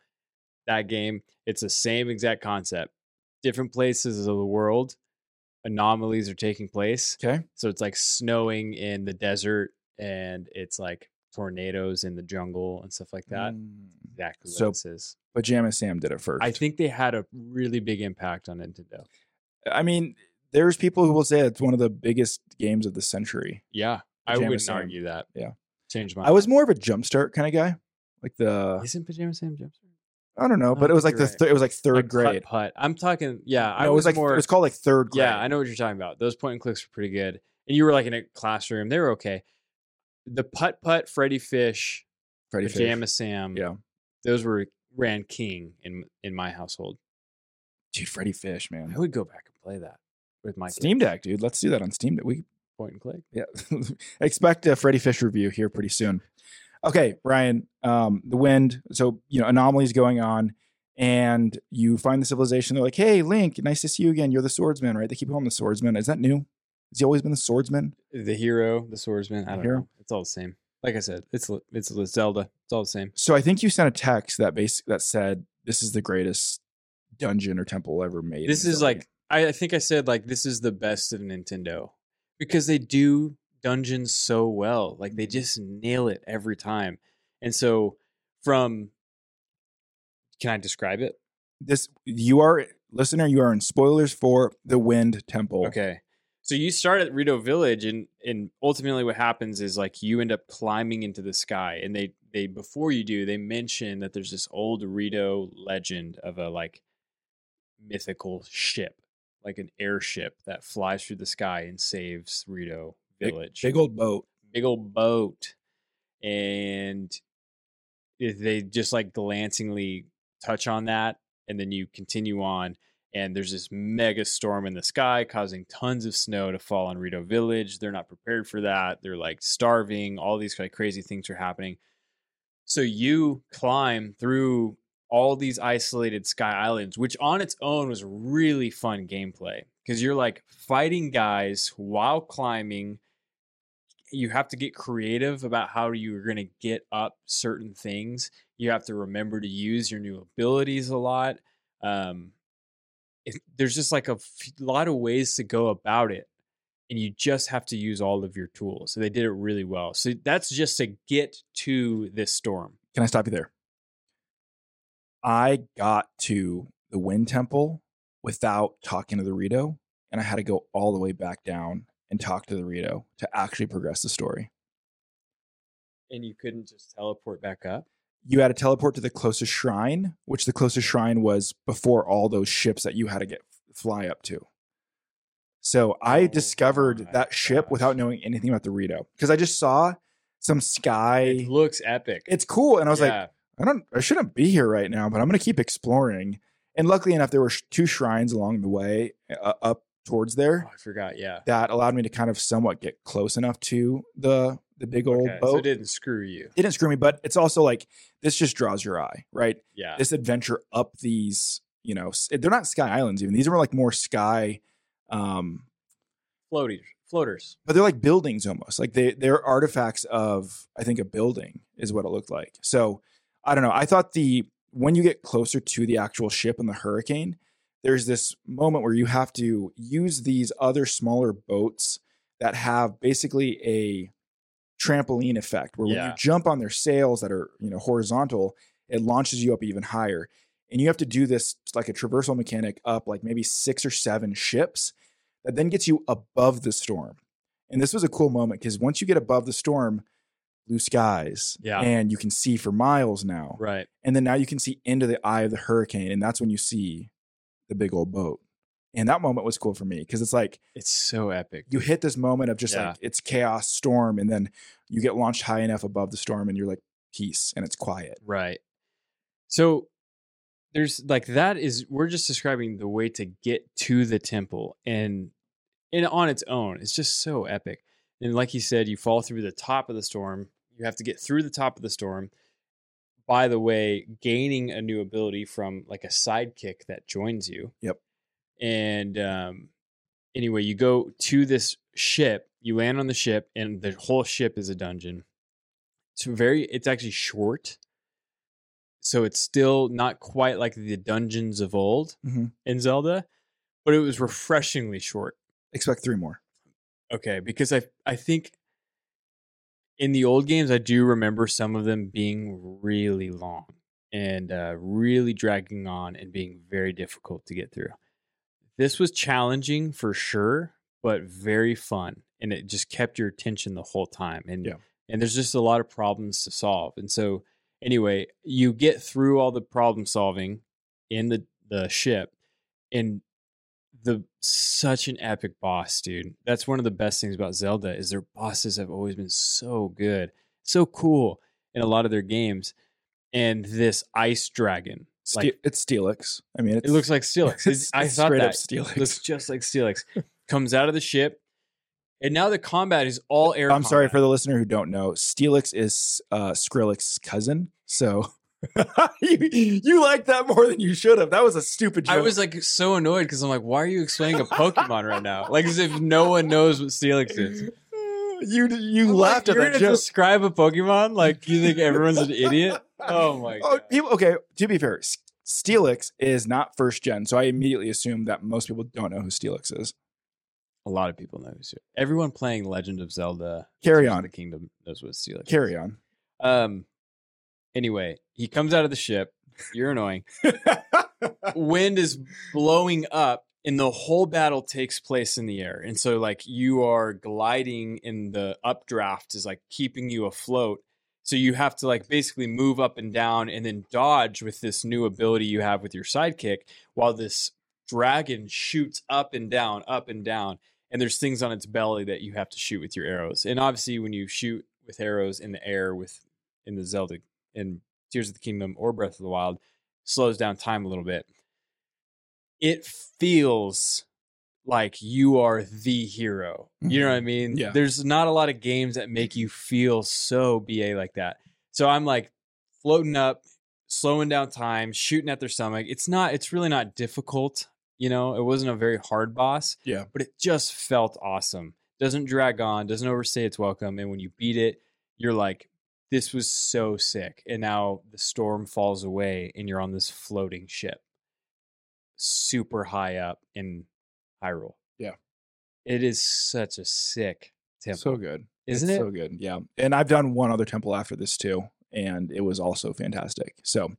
that game it's the same exact concept different places of the world anomalies are taking place
Okay.
So it's like snowing in the desert and it's like tornadoes in the jungle and stuff like that.
Mm.
Exactly what
So-
this is.
Pajama Sam did it first.
I think they had a really big impact on Nintendo.
I mean, there's people who will say it's one of the biggest games of the century.
Yeah. I
Pajama
wouldn't
Sam.
argue that.
Yeah.
Change my
I was more of a jumpstart kind of guy. Like the
Isn't Pajama Sam Jumpstart?
I don't know,
I
but it was
think
like the
Mm, you're right.
th- it was like third
Like putt,
grade.
putt. I'm talking yeah, I
No, it was like
more
it was called like third grade.
Yeah, I know what you're talking about. Those point and clicks were pretty good. And you were like in a classroom. They were okay. The putt putt Freddy Fish,
Freddy Fish.
Pajama Sam.
Yeah.
Those were ran king in in my household.
Dude, Freddy Fish, man.
I would go back and play that with my
Steam
kids.
Deck, dude. Let's do that on Steam Deck. We
point and click.
yeah. Expect a Freddy Fish review here pretty soon. Okay, Ryan. Um, the wind. So you know anomalies going on, and you find the civilization. They're like, "Hey, Link, nice to see you again. You're the swordsman, right?" They keep calling him the swordsman. Is that new? Has he always been the swordsman?
The hero, the swordsman. I
The
don't
hero?
know. It's all the same. Like I said, it's li- it's li- Zelda. It's all the same.
So I think you sent a text that base that said, "This is the greatest dungeon or temple ever made." in
This
a
is
Zelda
like
game."
I, I think I said like this is the best of Nintendo because they do dungeons so well. Like they just nail it every time. And so from can I describe it?
this you are listener you are in spoilers for the wind temple
Okay. So you start at Rito Village and and ultimately what happens is like you end up climbing into the sky and they they before you do they mention that there's this old Rito legend of a like mythical ship, like an airship that flies through the sky and saves Rito
Big-
Village.
big old boat
big old boat and if they just like glancingly touch on that and then you continue on and there's this mega storm in the sky causing tons of snow to fall on Rito Village. They're not prepared for that. They're like starving. All these kind of crazy things are happening. So you climb through all these isolated sky islands, which on its own was really fun gameplay because you're like fighting guys while climbing. You have to get creative about how you're going to get up certain things. You have to remember to use your new abilities a lot. Um, it, there's just like a f- lot of ways to go about it, and you just have to use all of your tools. So they did it really well. So that's just to get to this storm.
Can I stop you there? I got to the wind temple without talking to the Rito, and I had to go all the way back down and talk to the Rito to actually progress the story.
And you couldn't just teleport back up.
You had to teleport to the closest shrine, which the closest shrine was before all those ships that you had to get fly up to. So I
Oh
discovered
my
that ship
gosh.
without knowing anything about the Rito because I just saw some sky.
It looks epic.
It's cool, and I was like,
Yeah.
I don't I shouldn't be here right now, but I'm going to keep exploring. And luckily enough, there were sh- two shrines along the way uh, up towards there
Oh, I forgot. Yeah.
that allowed me to kind of somewhat get close enough to the the big old
Okay,
boat.
So it didn't screw you.
It didn't screw me, but it's also like this just draws your eye, right?
Yeah.
This adventure up these, you know, s- they're not sky islands even. These are like more sky um
Floaters. Floaters.
but they're like buildings almost like they they're artifacts of i think a building is what it looked like so i don't know i thought the when you get closer to the actual ship and the hurricane there's this moment where you have to use these other smaller boats that have basically a trampoline effect where when
Yeah.
you jump on their sails that are you know horizontal it launches you up even higher and you have to do this like a traversal mechanic up like maybe six or seven ships that then gets you above the storm and this was a cool moment because once you get above the storm, blue skies,
Yeah.
and you can see for miles now.
Right.
And then now you can see into the eye of the hurricane, and that's when you see the big old boat. And that moment was cool for me because it's like
It's so epic.
you hit this moment of just
Yeah.
like it's chaos, storm, and then you get launched high enough above the storm, and you're like peace, and it's quiet.
Right. So there's like that is we're just describing the way to get to the temple and and on its own it's just so epic. And like you said you fall through the top of the storm, you have to get through the top of the storm. By the way, gaining a new ability from like a sidekick that joins you.
Yep.
And um anyway, you go to this ship, you land on the ship and the whole ship is a dungeon. It's very it's actually short so it's still not quite like the dungeons of old
Mhm.
in Zelda, but it was refreshingly short.
Expect three more.
Okay, because I I think in the old games I do remember some of them being really long and uh, really dragging on and being very difficult to get through. This was challenging for sure, but very fun, and it just kept your attention the whole time. And
Yeah.
and there's just a lot of problems to solve, and so anyway, you get through all the problem solving in the the ship, and the such an epic boss, dude. That's one of the best things about Zelda is their bosses have always been so good, so cool in a lot of their games. And this ice dragon,
Ste-
like
it's Steelix. I mean, it's,
it looks like Steelix. It's- I
it's
thought
straight
that
up Steelix.
looks just like Steelix. Comes out of the ship, and now the combat is all air.
I'm sorry for the listener who don't know. Steelix is uh, Skrillix's cousin. So you, you like that more than you should have. That was a stupid joke.
I was like so annoyed because I'm like, why are you explaining a Pokemon right now? Like as if no one knows what Steelix is.
you you
I'm like,
laughed
"You're
at that
gonna
joke.
Describe a Pokemon like you think everyone's an idiot. Oh my
Oh,
God.
people, okay, to be fair, S- Steelix is not first gen, so I immediately assume that most people don't know who Steelix is.
A lot of people know. Who, everyone playing Legend of Zelda:
Carry
Tears of
on.
the Kingdom knows what Steelix. is.
Carry on.
Um. Anyway, he comes out of the ship. You're annoying. Wind is blowing up, and the whole battle takes place in the air. And so, like, you are gliding, and the updraft is like keeping you afloat. So you have to like basically move up and down, and then dodge with this new ability you have with your sidekick, while this dragon shoots up and down, up and down and there's things on its belly that you have to shoot with your arrows. And obviously, when you shoot with arrows in the air with in the Zelda in Tears of the Kingdom or Breath of the Wild, slows down time a little bit. It feels like you are the hero. You know what I mean?
Yeah.
There's not a lot of games that make you feel so BA like that. So I'm like floating up, slowing down time, shooting at their stomach. It's not, it's really not difficult. You know, it wasn't a very hard boss but it just felt awesome. Doesn't drag on, doesn't overstay its welcome. And when you beat it, you're like, this was so sick. And now the storm falls away and you're on this floating ship super high up in Hyrule.
Yeah.
It is such a sick temple.
So good.
Isn't
It's
it?
So good. Yeah. And I've done one other temple after this too, and it was also fantastic. So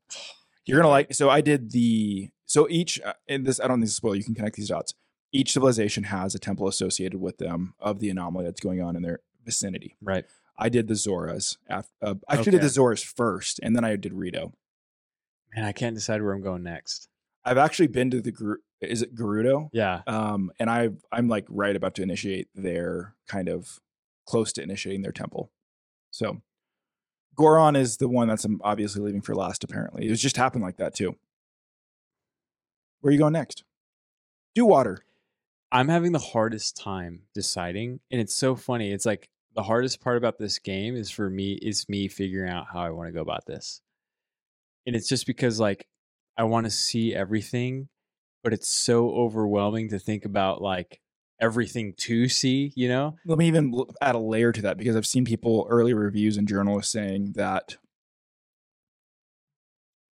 you're gonna like. So I did the. So each uh, and this I don't need to spoil. You can connect these dots. Each civilization has a temple associated with them of the anomaly that's going on in their vicinity.
right.
I did the Zoras. After, uh, I actually did
Okay.
the Zoras first, and then I did Rito.
Man, I can't decide where I'm going next.
I've actually been to the Gru- is it Gerudo?
Yeah.
Um, and I I'm like right about to initiate their kind of close to initiating their temple. So Goron is the one that's um, obviously leaving for last. Apparently, it was just happened like that too. Where are you going next? Do water.
I'm having the hardest time deciding. And it's so funny. It's like the hardest part about this game is for me, is me figuring out how I want to go about this. And it's just because like I want to see everything, but it's so overwhelming to think about like everything to see, you know?
Let me even l- add a layer to that because I've seen people early reviews and journalists saying that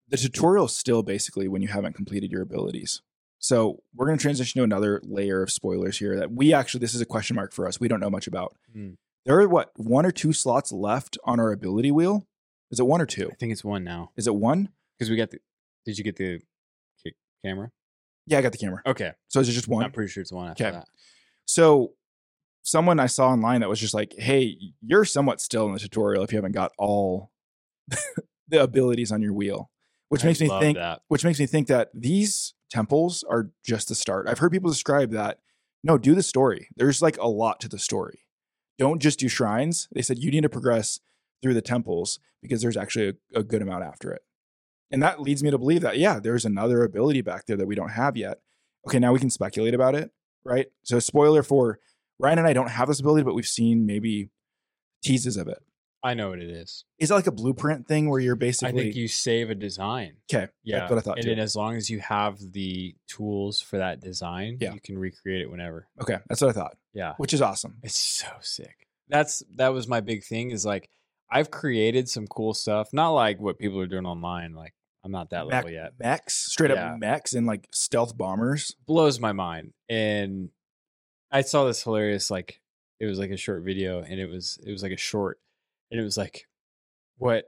the tutorial is still basically when you haven't completed your abilities. So we're going to transition to another layer of spoilers here that we actually this is a question mark for us. We don't know much about.
Hmm.
There are what one or two slots left on our ability wheel. Is it one or two?
I think it's one now.
Is it one?
Because we got the. Did you get the ca- camera?
Yeah, I got the camera.
Okay,
So is it just one?
I'm pretty sure it's one after
Okay.
that.
So someone I saw online that was just like, "Hey, you're somewhat still in the tutorial if you haven't got all the abilities on your wheel," which
I
makes me
love
think.
that.
Which makes me think that these temples are just the start. I've heard people describe that. No, do the story. There's like a lot to the story. Don't just do shrines. They said you need to progress through the temples because there's actually a, a good amount after it. And that leads me to believe that, yeah, there's another ability back there that we don't have yet. Okay, now we can speculate about it right? So spoiler for Ryan and I don't have this ability, but we've seen maybe teases of it.
I know what it is.
Is it like a blueprint thing where you're
I
basically
think you save a design.
okay?
Yeah,
that's what I thought.
And
Too.
then as long as you have the tools for that design,
Yeah.
you can recreate it whenever.
Okay, that's what I thought,
Yeah,
which is awesome.
it's so sick. That's that was my big thing. Is like I've created some cool stuff. Not like what people are doing online. Like I'm not that
Mech-
level yet.
Mechs, straight
Yeah.
up mechs and like stealth bombers.
blows my mind. And I saw this hilarious like it was like a short video and it was it was like a short and it was like what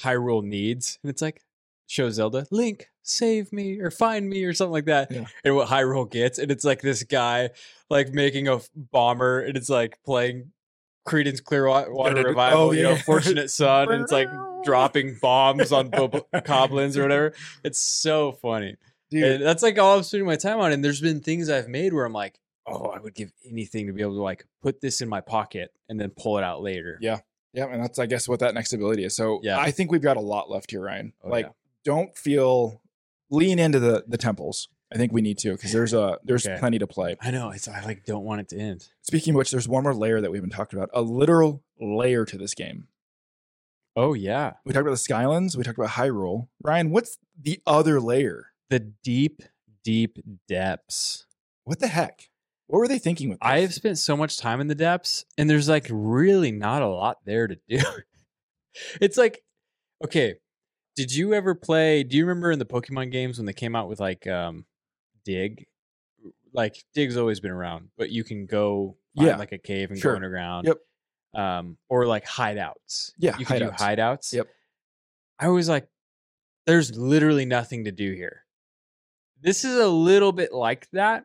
Hyrule needs and it's like show Zelda Link save me or find me or something like that
Yeah.
and what Hyrule gets and it's like this guy like making a f- bomber and it's like playing Credence Clearwater
Oh,
Revival you know
yeah.
Fortunate Son and it's like dropping bombs on bob- goblins or whatever it's so funny
Dude,
and that's like all I'm spending my time on. And there's been things I've made where I'm like, oh, I would give anything to be able to like put this in my pocket and then pull it out later.
Yeah. yeah, and that's I guess what that next ability is. So
Yeah.
I think we've got a lot left here, Ryan.
Oh,
like,
yeah.
don't feel lean into the the temples. I think we need to because there's a there's
Okay.
plenty to play.
I know. It's I like don't want it to end.
Speaking of which, there's one more layer that we haven't talked about. A literal layer to this game.
Oh yeah,
We talked about the Skylands. We talked about Hyrule. Ryan, what's the other layer?
the deep, deep depths.
What the heck? What were they thinking with this?
I have spent so much time in the depths, and there's like really not a lot there to do. it's like, okay, did you ever play? Do you remember in the Pokemon games when they came out with like um Dig? Like Dig's always been around, but you can go find
Yeah.
like a cave and
Sure.
go underground.
Yep.
Um, or like hideouts.
Yeah,
you can do
hideouts.
hideouts.
Yep.
I was like, there's literally nothing to do here. This is a little bit like that.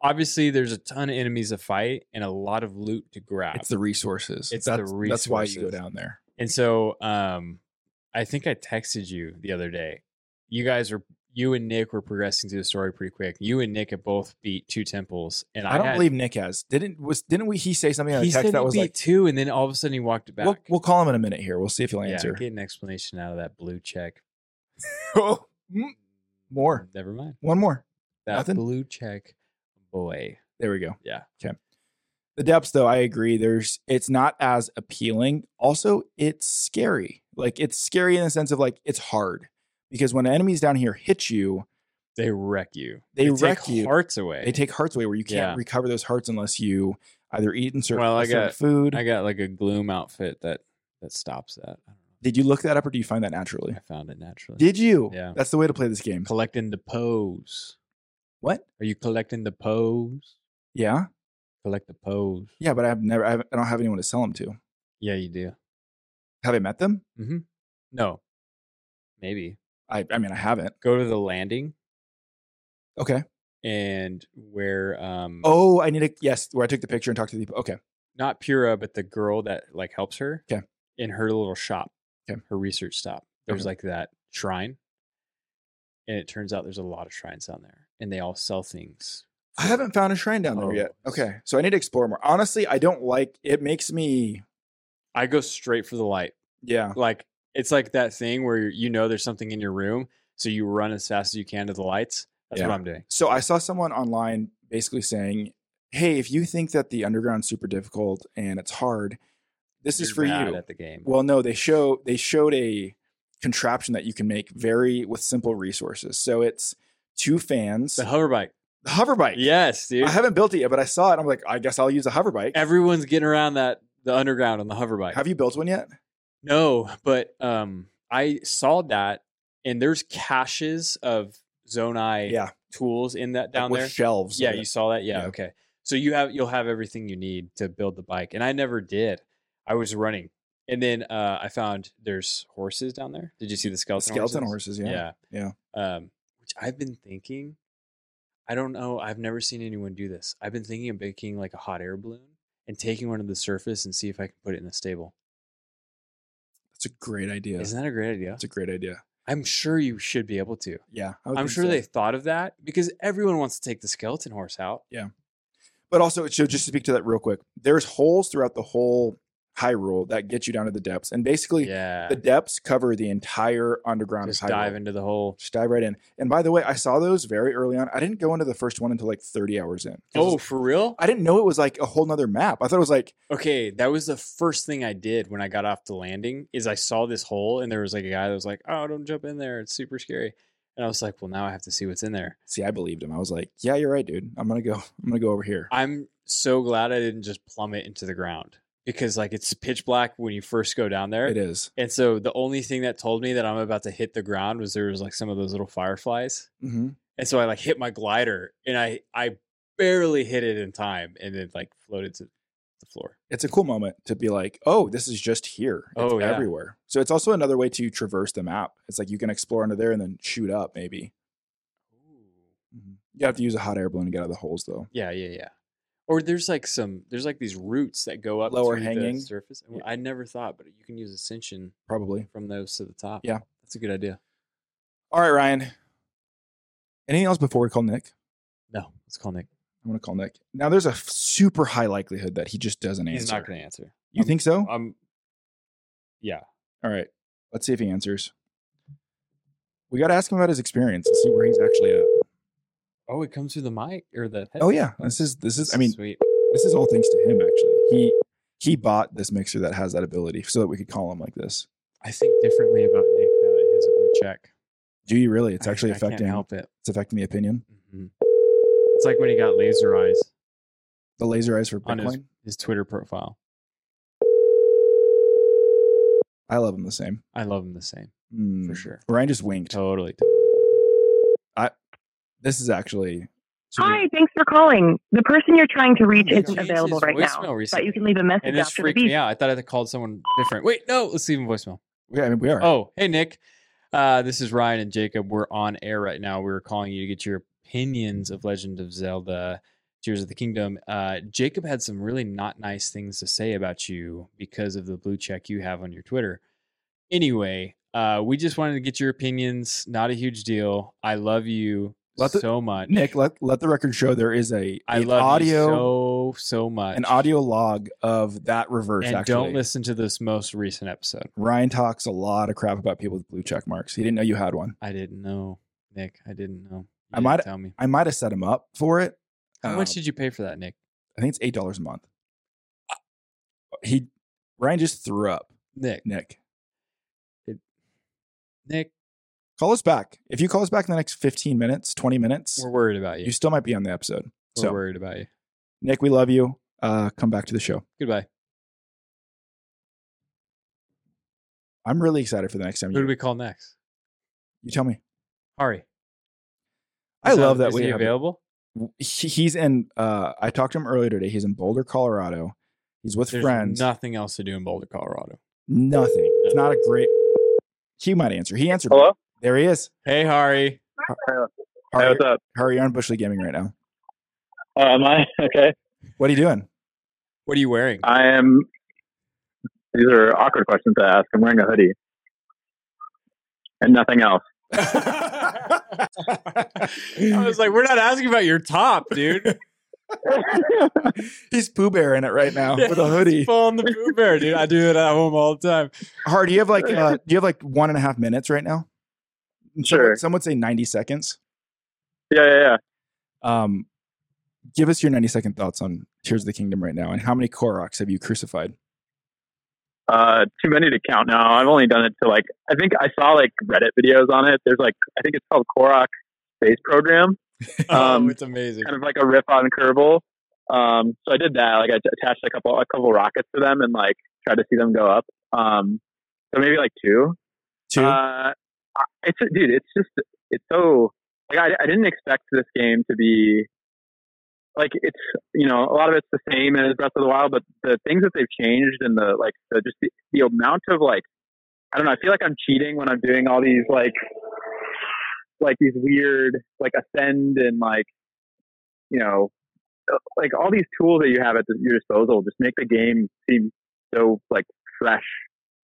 Obviously, there's a ton of enemies to fight and a lot of loot to grab.
It's the resources.
It's the
That's why you go
resources.
down there.
and so, um, I think I texted you the other day. You guys were, you and Nick were progressing through the story pretty quick. You and Nick have both beat two temples, and I,
I don't
had-
believe Nick has. Didn't was didn't we? He say something on
he
the
said
text
he
that was
beat
like,
two, and then all of a sudden he walked it back.
we'll, "We'll call him in a minute here. We'll see if he'll
yeah,
answer."
get an explanation out of that blue check.
Oh, mm, more,
Never mind.
one more.
That
Nothing?
blue check, boy.
There we go.
Yeah.
Okay. The depths, though, I agree. There's it's not as appealing. Also, it's scary. Like it's scary in the sense of like it's hard because when enemies down here hit you,
They wreck you.
They
take
wreck you.
Hearts away.
They take hearts away where you can't
Yeah.
recover those hearts unless you either eat and serve
Well, I
certain
got-
food.
I got like a gloom outfit that that stops that. I don't know.
Did you look that up or do you find that naturally?
I found it naturally.
Did you?
Yeah.
That's the way to play this game.
collecting the pose.
What?
Are you collecting the pose?
Yeah.
Collect the pose.
Yeah, but I've never, I, haven't- I don't have anyone to sell them to.
Yeah, you do.
Have I met them?
Mm-hmm. No. Maybe.
I, I mean, I haven't.
Go to the landing
Okay.
Mm. and where um
Oh, I need to, yes, where I took the picture and talked to the people. Okay.
not Pura, but the girl that like helps her.
'Kay.
In her little shop.
'Kay.
Her research stop. There's
Okay.
like that shrine. And it turns out there's a lot of shrines down there. And they all sell things.
I haven't found a shrine down there
Oh.
yet. Okay. So I need to explore more. Honestly, I don't like it makes me
I go straight for the light.
yeah.
Like it's like that thing where you know there's something in your room, so you run as fast as you can to the lights. That's
Yeah.
what I'm doing.
So I saw someone online basically saying, "Hey, if you think that the underground's super difficult and it's hard, this is
You're
for
bad
you."
at the game.
Well, no, they show they showed a contraption that you can make very with simple resources. So it's two fans,
the hover bike.
the hover bike.
Yes, dude.
I haven't built it yet, but I saw it. I'm like, I guess I'll use a hover bike.
Everyone's getting around that the underground on the hover bike.
Have you built one yet?
No, but um, I saw that, and there's caches of Zonai
Yeah,
tools in that down
with
there.
shelves. of
Yeah,
it.
you saw that. Yeah,
Yeah.
okay. So you have you'll have everything you need to build the bike, and I never did. I was running, and then uh, I found there's horses down there. Did you see the skeleton?
skeleton
horses?
horses. Yeah,
yeah, yeah. Um, which I've been thinking. I don't know. I've never seen anyone do this. I've been thinking of making like a hot air balloon and taking one to the surface and see if I can put it in a stable.
that's a great idea.
Isn't that a great idea?
That's a great idea.
I'm sure you should be able to.
Yeah, I would
I'm
think
sure
so.
they thought of that because everyone wants to take the skeleton horse out.
But also, so just to speak to that real quick, there's holes throughout the whole Hyrule that get you down to the depths, and basically
Yeah.
the depths cover the entire underground.
Just
Hyrule.
dive into the hole.
Just dive right in. And by the way, I saw those very early on. I didn't go into the first one until like 30 hours in. 'Cause
Oh, for real?
I didn't know it was like a whole nother map. I thought it was like,
Okay, that was the first thing I did when I got off the landing is I saw this hole and there was like a guy that was like, "Oh, don't jump in there. It's super scary." And I was like, "Well, now I have to see what's in there."
see, I believed him. I was like, yeah, you're right, dude. I'm gonna go. I'm gonna go over here.
I'm so glad I didn't just plummet into the ground because like it's pitch black when you first go down there.
It is.
And so the only thing that told me that I'm about to hit the ground was there was like some of those little fireflies.
Mm-hmm.
And so I like hit my glider and I I barely hit it in time and then like floated to the floor.
It's a cool moment to be like, oh, this is just here. It's
Oh, yeah.
everywhere. So it's also another way to traverse the map. It's like you can explore under there and then shoot up, maybe. Mm-hmm. You have to use a hot air balloon to get out of the holes, though.
Yeah, yeah, yeah. Or there's like some there's like these roots that go up
Lower
through the
hanging.
surface. Well, I never thought, but you can use ascension
Probably.
from those to the top.
Yeah.
that's a good idea.
All right, Ryan. Anything else before we call Nick?
No, let's call Nick.
I'm going to call Nick. Now, there's a f- super high likelihood that he just doesn't answer.
He's not going to answer.
you think so?
Um, yeah.
All right. Let's see if he answers. We got to ask him about his experience and see where he's actually at.
Oh, it comes through the mic or the.
Oh
headphones.
yeah, this is this is. I mean,
sweet.
this is all thanks to him. Actually, he he bought this mixer that has that ability so that we could call him like this.
I think differently about Nick now that he has a blue check.
Do you really? It's
I-
actually
I can't
affecting.
help it.
It's affecting the opinion.
Mhm. It's like when he got laser eyes
The laser eyes for
on his,
Bitcoin.
his Twitter profile.
I love him the same.
I love him the same
Mm.
for sure.
Ryan just winked.
Totally.
This is actually. should we-
Hi, thanks for calling. The person you're trying to reach
Oh my
isn't
God.
available
Changed
right
his
now,
voicemail
but
recently.
you can leave a message
And this
after the
freaked
beep.
me out. I thought I had called someone different. Wait, no, let's leave him a voicemail.
Yeah, I mean, we are.
Oh, hey Nick. Uh, this is Ryan and Jacob. We're on air right now. We were calling you to get your opinions of Legend of Zelda: Tears of the Kingdom. Uh, Jacob had some really not nice things to say about you because of the blue check you have on your Twitter. Anyway, uh, we just wanted to get your opinions. Not a huge deal. I love you
Let the-
so much.
Nick, let, let the record show there is a
I
an
love
audio
you so so much.
an audio log of that reverse.
And
actually,
don't listen to this most recent episode.
Ryan talks a lot of crap about people with blue check marks. He didn't know you had one.
I didn't know, Nick. I didn't know. You
I might-
didn't tell me.
I might have set him up for it.
How
Um,
much did you pay for that, Nick?
I think it's eight dollars a month. He Ryan just threw up.
Nick.
Nick,
Nick,
call us back. If you call us back in the next fifteen minutes, twenty minutes,
we're worried about you.
you still might be on the episode.
We're
So,
worried about you.
Nick, we love you. Uh, come back to the show.
Goodbye.
I'm really excited for the next time.
Who
You,
do we call next?
you tell me.
Ari.
I
Is
love that
is
we
he
have-
available.
He- He's in. Uh, I talked to him earlier today. He's in Boulder, Colorado. He's with
There's
friends.
nothing else to do in Boulder, Colorado.
Nothing. It's not a great. He might answer. He answered.
Hello?
There he is.
Hey, Hari.
How
Hey,
are, you,
what's up?
how are you on Bush League Gaming right now?
Uh, am I okay?
What are you doing?
What are you wearing?
I am. These are awkward questions to ask. I'm wearing a hoodie and nothing else.
I was like, we're not asking about your top, dude.
He's Pooh Bear in it right now Um, with a hoodie.
Pulling the Pooh Bear, dude. I do it at home all the time.
Hard. Do you have like uh, do you have like one and a half minutes right now? Some-
Sure.
Some would say ninety seconds.
Yeah, yeah, yeah.
Um, give us your ninety second thoughts on Tears of the Kingdom right now, and how many Koroks have you crucified?
Uh, too many to count now. I've only done it to like. I think I saw like Reddit videos on it. There's like I think it's called Korok Space Program,
Oh,
Um,
it's amazing.
kind of like a riff on Kerbal. Um, so I did that. Like I t- attached a couple a couple rockets to them and like tried to see them go up. Um, so maybe like two.
Two.
Uh, I- it's dude, it's just it's so like I, I didn't expect this game to be like it's you know a lot of it's the same as Breath of the Wild, but the things that they've changed and the like the just the, the amount of like I don't know, I feel like I'm cheating when I'm doing all these like like these weird like ascend and like you know like all these tools that you have at your disposal just make the game seem so like fresh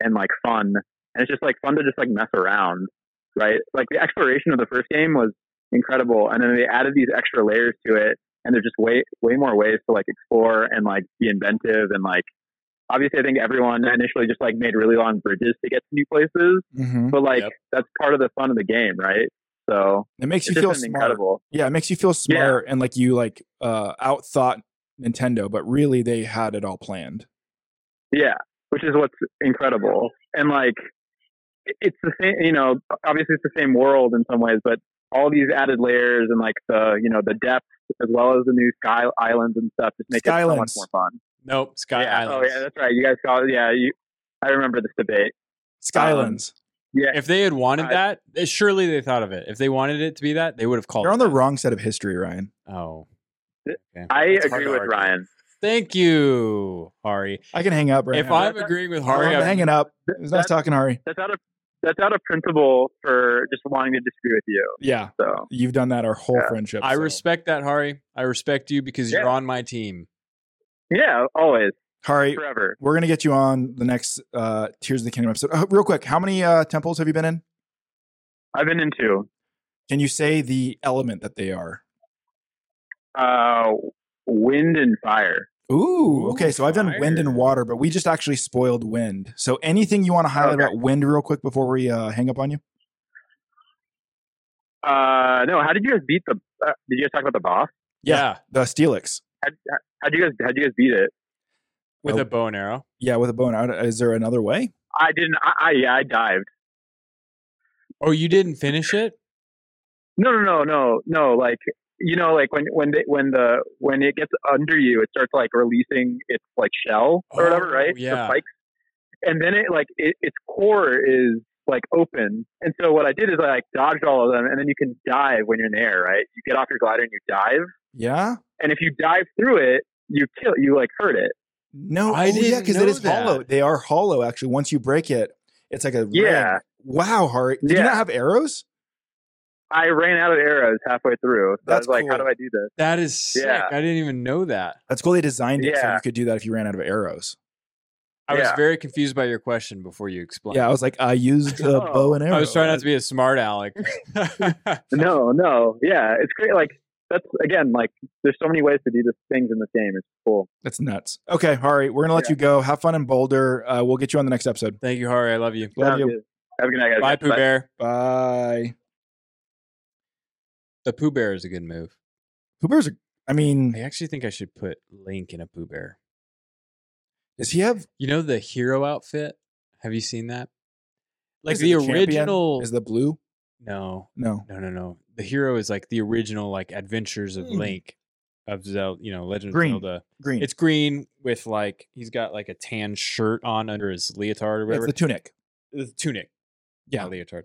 and like fun and it's just like fun to just like mess around, right? Like the exploration of the first game was incredible, and then they added these extra layers to it, and there's just way way more ways to like explore and like be inventive and like. Obviously, I think everyone initially just like made really long bridges to get to new places,
Mhm.
but like
Yep.
that's part of the fun of the game, right? So
It makes
it's
you feel
just
smart.
been incredible.
Yeah, it makes you feel smart and like you like uh outthought Nintendo, but really they had it all planned.
Um, Yeah, which is what's incredible. And like, it- it's the same. You know, obviously it's the same world in some ways, but all these added layers and like the you know the depth as well as the new sky islands and stuff just make it so much
Skylands.
more fun.
nope, Sky
yeah.
Islands.
Oh yeah, that's right. You guys call it. Yeah, you. I remember this debate.
Skylands.
Yeah,
If they had wanted
I-
that, they- surely they thought of it. If they wanted it to be that, they would have
oh,
called.
You're
it
on the
that.
wrong side of history, Ryan.
Oh,
I
It's hard
agree
to
with
argue.
Ryan.
thank you, Hari.
I can hang up right
if
now.
I'm agreeing with Hari,
I'm
I'm,
hanging up. It was nice
That's-
talking, Hari.
That's out of that's out of principle for just wanting to disagree with you.
Yeah,
So
you've done that our whole
Yeah.
friendship.
I
so.
respect that, Hari. I respect you because you're
Yeah.
on my team.
yeah, always
Hari.
forever.
We're gonna get you on the next uh Tears of the Kingdom episode. Uh, real quick, how many uh temples have you been in?
I've been into
Can you say the element that they are?
uh, wind and fire.
Ooh,
Ooh,
okay. So I've done wind and
fire.
water, but we just actually spoiled wind. So anything you want to highlight
Okay.
about wind real quick before we uh, hang up on you?
Uh, no. How did you guys beat the? Uh, did you guys talk about the boss?
Yeah.
Yeah,
The Steelix.
How how'd you guys? How'd you guys beat it?
with
Oh.
a bow and arrow.
Yeah, with a bow and arrow. Is there another way?
I didn't. I, I yeah, I dived.
Oh, you didn't finish it.
No, no, no, no, no. Like you know, like when when they, when the when it gets under you, it starts like releasing its like shell or whatever,
Oh,
right? The
yeah.
spikes. And then it like it, its core is like open, and so what I did is I like dodged all of them, and then you can dive when you're in the air, right? You get off your glider and you dive,
Yeah.
and if you dive through it, you kill, you like hurt it.
No.
I
oh, yeah,
didn't
because
know
it is
that.
hollow. They are hollow, actually. Once you break it, it's like a ring.
Yeah.
Wow, Hari. Did you
Yeah.
not have arrows?
I ran out of arrows halfway through. So
That's
I was like, how
cool.
do I do this?
That is sick.
Yeah.
I didn't even know that.
That's cool. They designed it so
Yeah.
you could do that if you ran out of arrows.
I was
Yeah.
very confused by your question before you explained.
Yeah, I was like, I used a
Oh.
bow and arrow.
I was trying not to be a smart aleck.
No, no. Yeah, it's great. Like, that's, again, like, there's so many ways to do this, things in this game. It's cool.
That's nuts. Okay, Hari, we're gonna let
Yeah.
you go. Have fun in Boulder. Uh, we'll get you on the next episode.
Thank you, Hari. I love you.
Love
Sounds
you.
good. Have a good night, guys.
Bye, Pooh Bear.
Bye.
The Pooh Bear is a good move.
Pooh Bear's. A, I
I
mean,
actually think I should put Link in a Pooh Bear.
does he have
You know the hero outfit? Have you seen that? Like
is it
the
champion?
original
is the blue?
No,
No.
no, no, no. The hero is like the original like adventures of
Mm.
Link of Zelda, you know, Legend
Green.
of Zelda.
Green.
It's green with like he's got like a tan shirt on under his
Yeah,
leotard or
it's
whatever.
the tunic.
the tunic.
Yeah.
not leotard.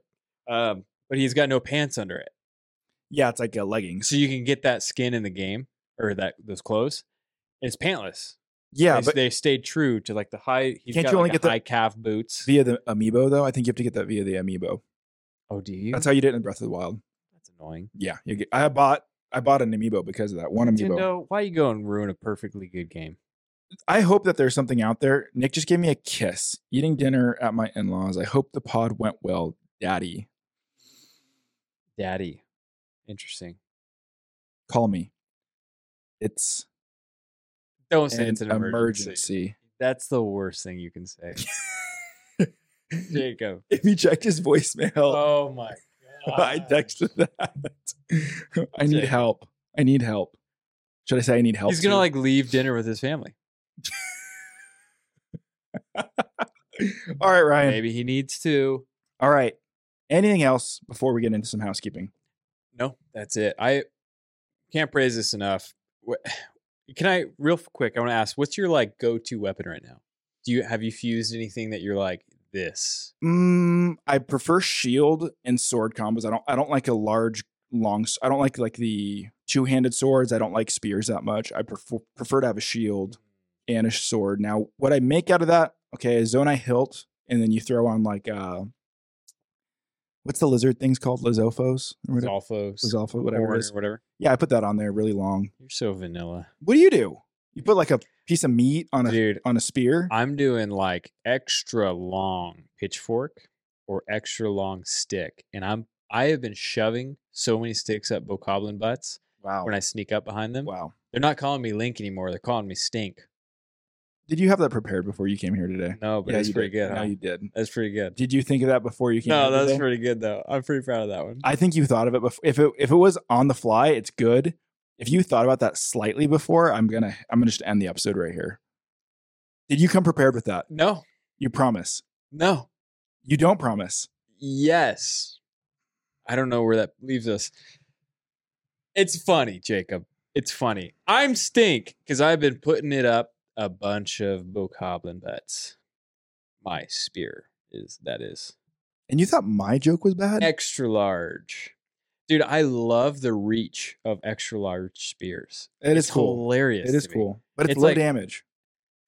Um, but he's got no pants under it,
Yeah, it's like a leggings.
so you can get that skin in the game or that those clothes. It's pantless.
yeah,
they,
but
they stayed true to like the high. He's
Can't
got
you only
like a
get the-
high calf boots?
via the amiibo though. I think you have to get that via the amiibo.
oh, do you?
That's
That's,
how you did it in Breath of the Wild.
annoying.
Yeah, you get, I bought I bought an amiibo because of that one amiibo.
Nintendo, why you go and ruin a perfectly good game?
I hope that there's something out there. Nick just gave me a kiss. Eating dinner at my in-laws. I hope the pod went well, Daddy.
Daddy, interesting.
Call me. It's
Don't
an,
say it's an
emergency.
emergency. That's the worst thing you can say. Jacob.
If he checked his voicemail,
Oh my god.
I texted that. I need
Jake.
help. I need help. Should I say I need help?
He's gonna
too?
like leave dinner with his family.
All right, Ryan.
Maybe he needs to.
All right. Anything else before we get into some housekeeping?
No, that's it. I can't praise this enough. Wh- Can I real f- quick? I want to ask, what's your like go-to weapon right now? Do you have you fused anything that you're like this?
Mm, I prefer shield and sword combos. I don't. I don't like a large long. s- I don't like like the two handed swords. I don't like spears that much. I prefer prefer to have a shield and a sword. Now, what I make out of that, okay, is Zonai hilt, and then you throw on like uh, what's the lizard things called? Lizophos or whatever.
Zolfos,
Lizalfo, whatever
horn,
it is.
whatever.
Yeah, I put that on there really long.
You're so vanilla,
What do you do? You put like a piece of meat on a
dude.
on a spear.
I'm doing like extra long pitchfork or extra long stick, and I'm I have been shoving so many sticks up bokoblin butts
wow.
when I sneak up behind them.
Wow.
They're not calling me Link anymore. They're calling me Stink.
Did you have that prepared before you came here today?
No, but that's
you
pretty
did.
good.
No,
huh?
you did.
That's pretty good.
Did you think of that before you came?
No,
here
that was
today?
pretty good though. I'm pretty proud of that one.
I think you thought of it before. If it if it was on the fly, it's good. If you thought about that slightly before, I'm gonna I'm gonna just end the episode right here. Did you come prepared with that?
no,
You promise.
no,
You don't promise.
yes. I don't know where that leaves us. It's funny, Jacob. It's funny. I'm Stink because I've been putting it up a bunch of bokoblin bets. My spear is that is.
And you thought my joke was bad?
extra large. Dude, I love the reach of extra large spears.
It
It's
is cool.
hilarious.
It is
to me.
cool, but it's,
It's
low
like-
damage.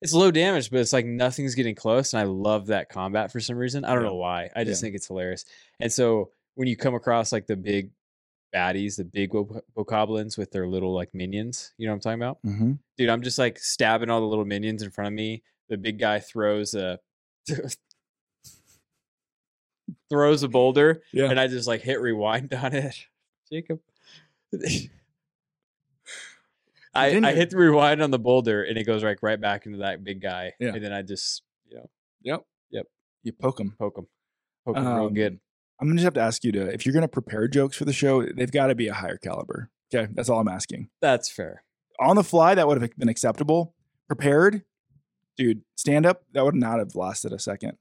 It's low damage, but it's like nothing's getting close. And I love that combat for some reason. I don't
Yeah.
know why. I just think it's hilarious. And so when you come across like the big baddies, the big wo- bokoblins with their little like minions, you know what I'm talking about?
Mm-hmm.
Dude, I'm just like stabbing all the little minions in front of me. The big guy throws a throws a boulder
Yeah.
and I just like hit rewind on it. Jacob. I,
Continue.
I hit the rewind on the boulder and it goes like right back into that big guy.
Yeah.
And then I just, you know,
you poke them.
poke him. Poke him real
Um,
good.
I'm gonna just have to ask you to if you're gonna prepare jokes for the show, they've got to be a higher caliber. Okay, that's all I'm asking.
That's fair.
on the fly that would have been acceptable prepared dude stand up that would not have lasted a second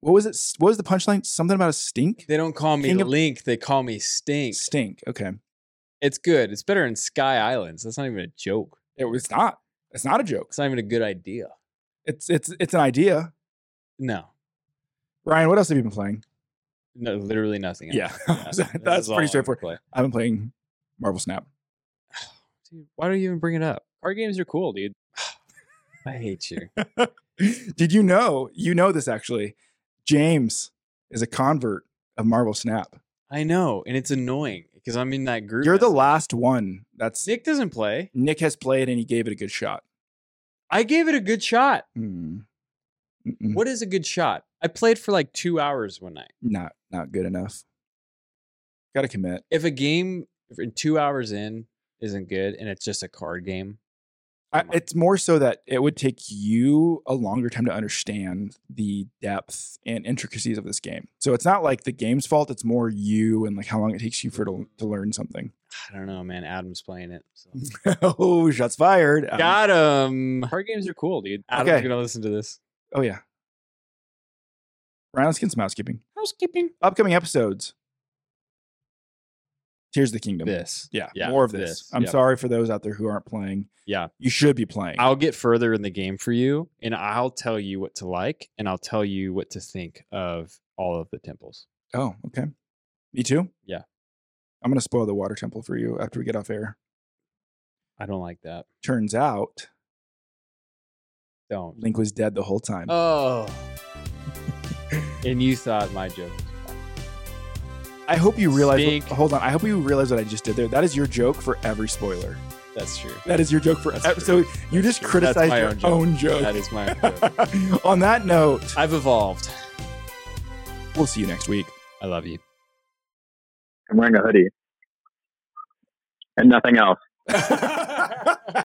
what was it what was the punchline something about a stink
They don't call me
King of-
Link, they call me Stink.
stink okay
It's good. It's better in Sky Islands. That's not even a joke.
it was not it's not a joke
It's not even a good idea.
it's it's it's an idea
No.
ryan what else have you been playing
No, literally nothing. else.
yeah,
This
that's
is all I
pretty straightforward
play.
i've been playing marvel snap
Dude, why do you even bring it up? Card games are cool, dude. I hate you.
did you know you know this actually james is a convert of marvel snap
I know, and it's annoying because I'm in that group.
you're the
that's like,
last one that's
Nick doesn't play.
nick has played and he gave it a good shot
I gave it a good shot.
Mm. Mm-mm.
What is a good shot? I played for like two hours one night.
Not not good enough. Got to commit.
If a game if in two hours in isn't good and it's just a card game,
I,
Come on.
it's more so that it would take you a longer time to understand the depth and intricacies of this game. So it's not like the game's fault. It's more you and like how long it takes you for to, to learn something.
I don't know, man. Adam's playing it. So.
oh, shots fired. Um,
Got him. Card games are cool, dude. Adam's
Okay.
gonna listen to this.
Oh yeah. Ryan, let's get some housekeeping.
Housekeeping.
Upcoming episodes. Tears of the Kingdom.
This.
Yeah,
Yeah,
more of this.
this.
I'm
Yep.
sorry for those out there who aren't playing.
Yeah.
You should be playing.
I'll get further in the game for you and I'll tell you what to like and I'll tell you what to think of all of the temples.
oh, okay. Me too?
Yeah.
I'm going to spoil the water temple for you after we get off air.
I don't like that.
Turns out
Don't.
Link was dead the whole time.
Oh. and you thought my joke.
I hope you realize.
Stink.
hold on. I hope you realize what I just did there. That is your joke for every spoiler.
That's true.
That is your joke for.
That's
ev-
true.
so you
That's
just
true. That's
criticized
my
your
own joke.
own joke.
That is my own joke.
on that note,
I've evolved.
we'll see you next week.
I love you.
I'm wearing a hoodie and nothing else.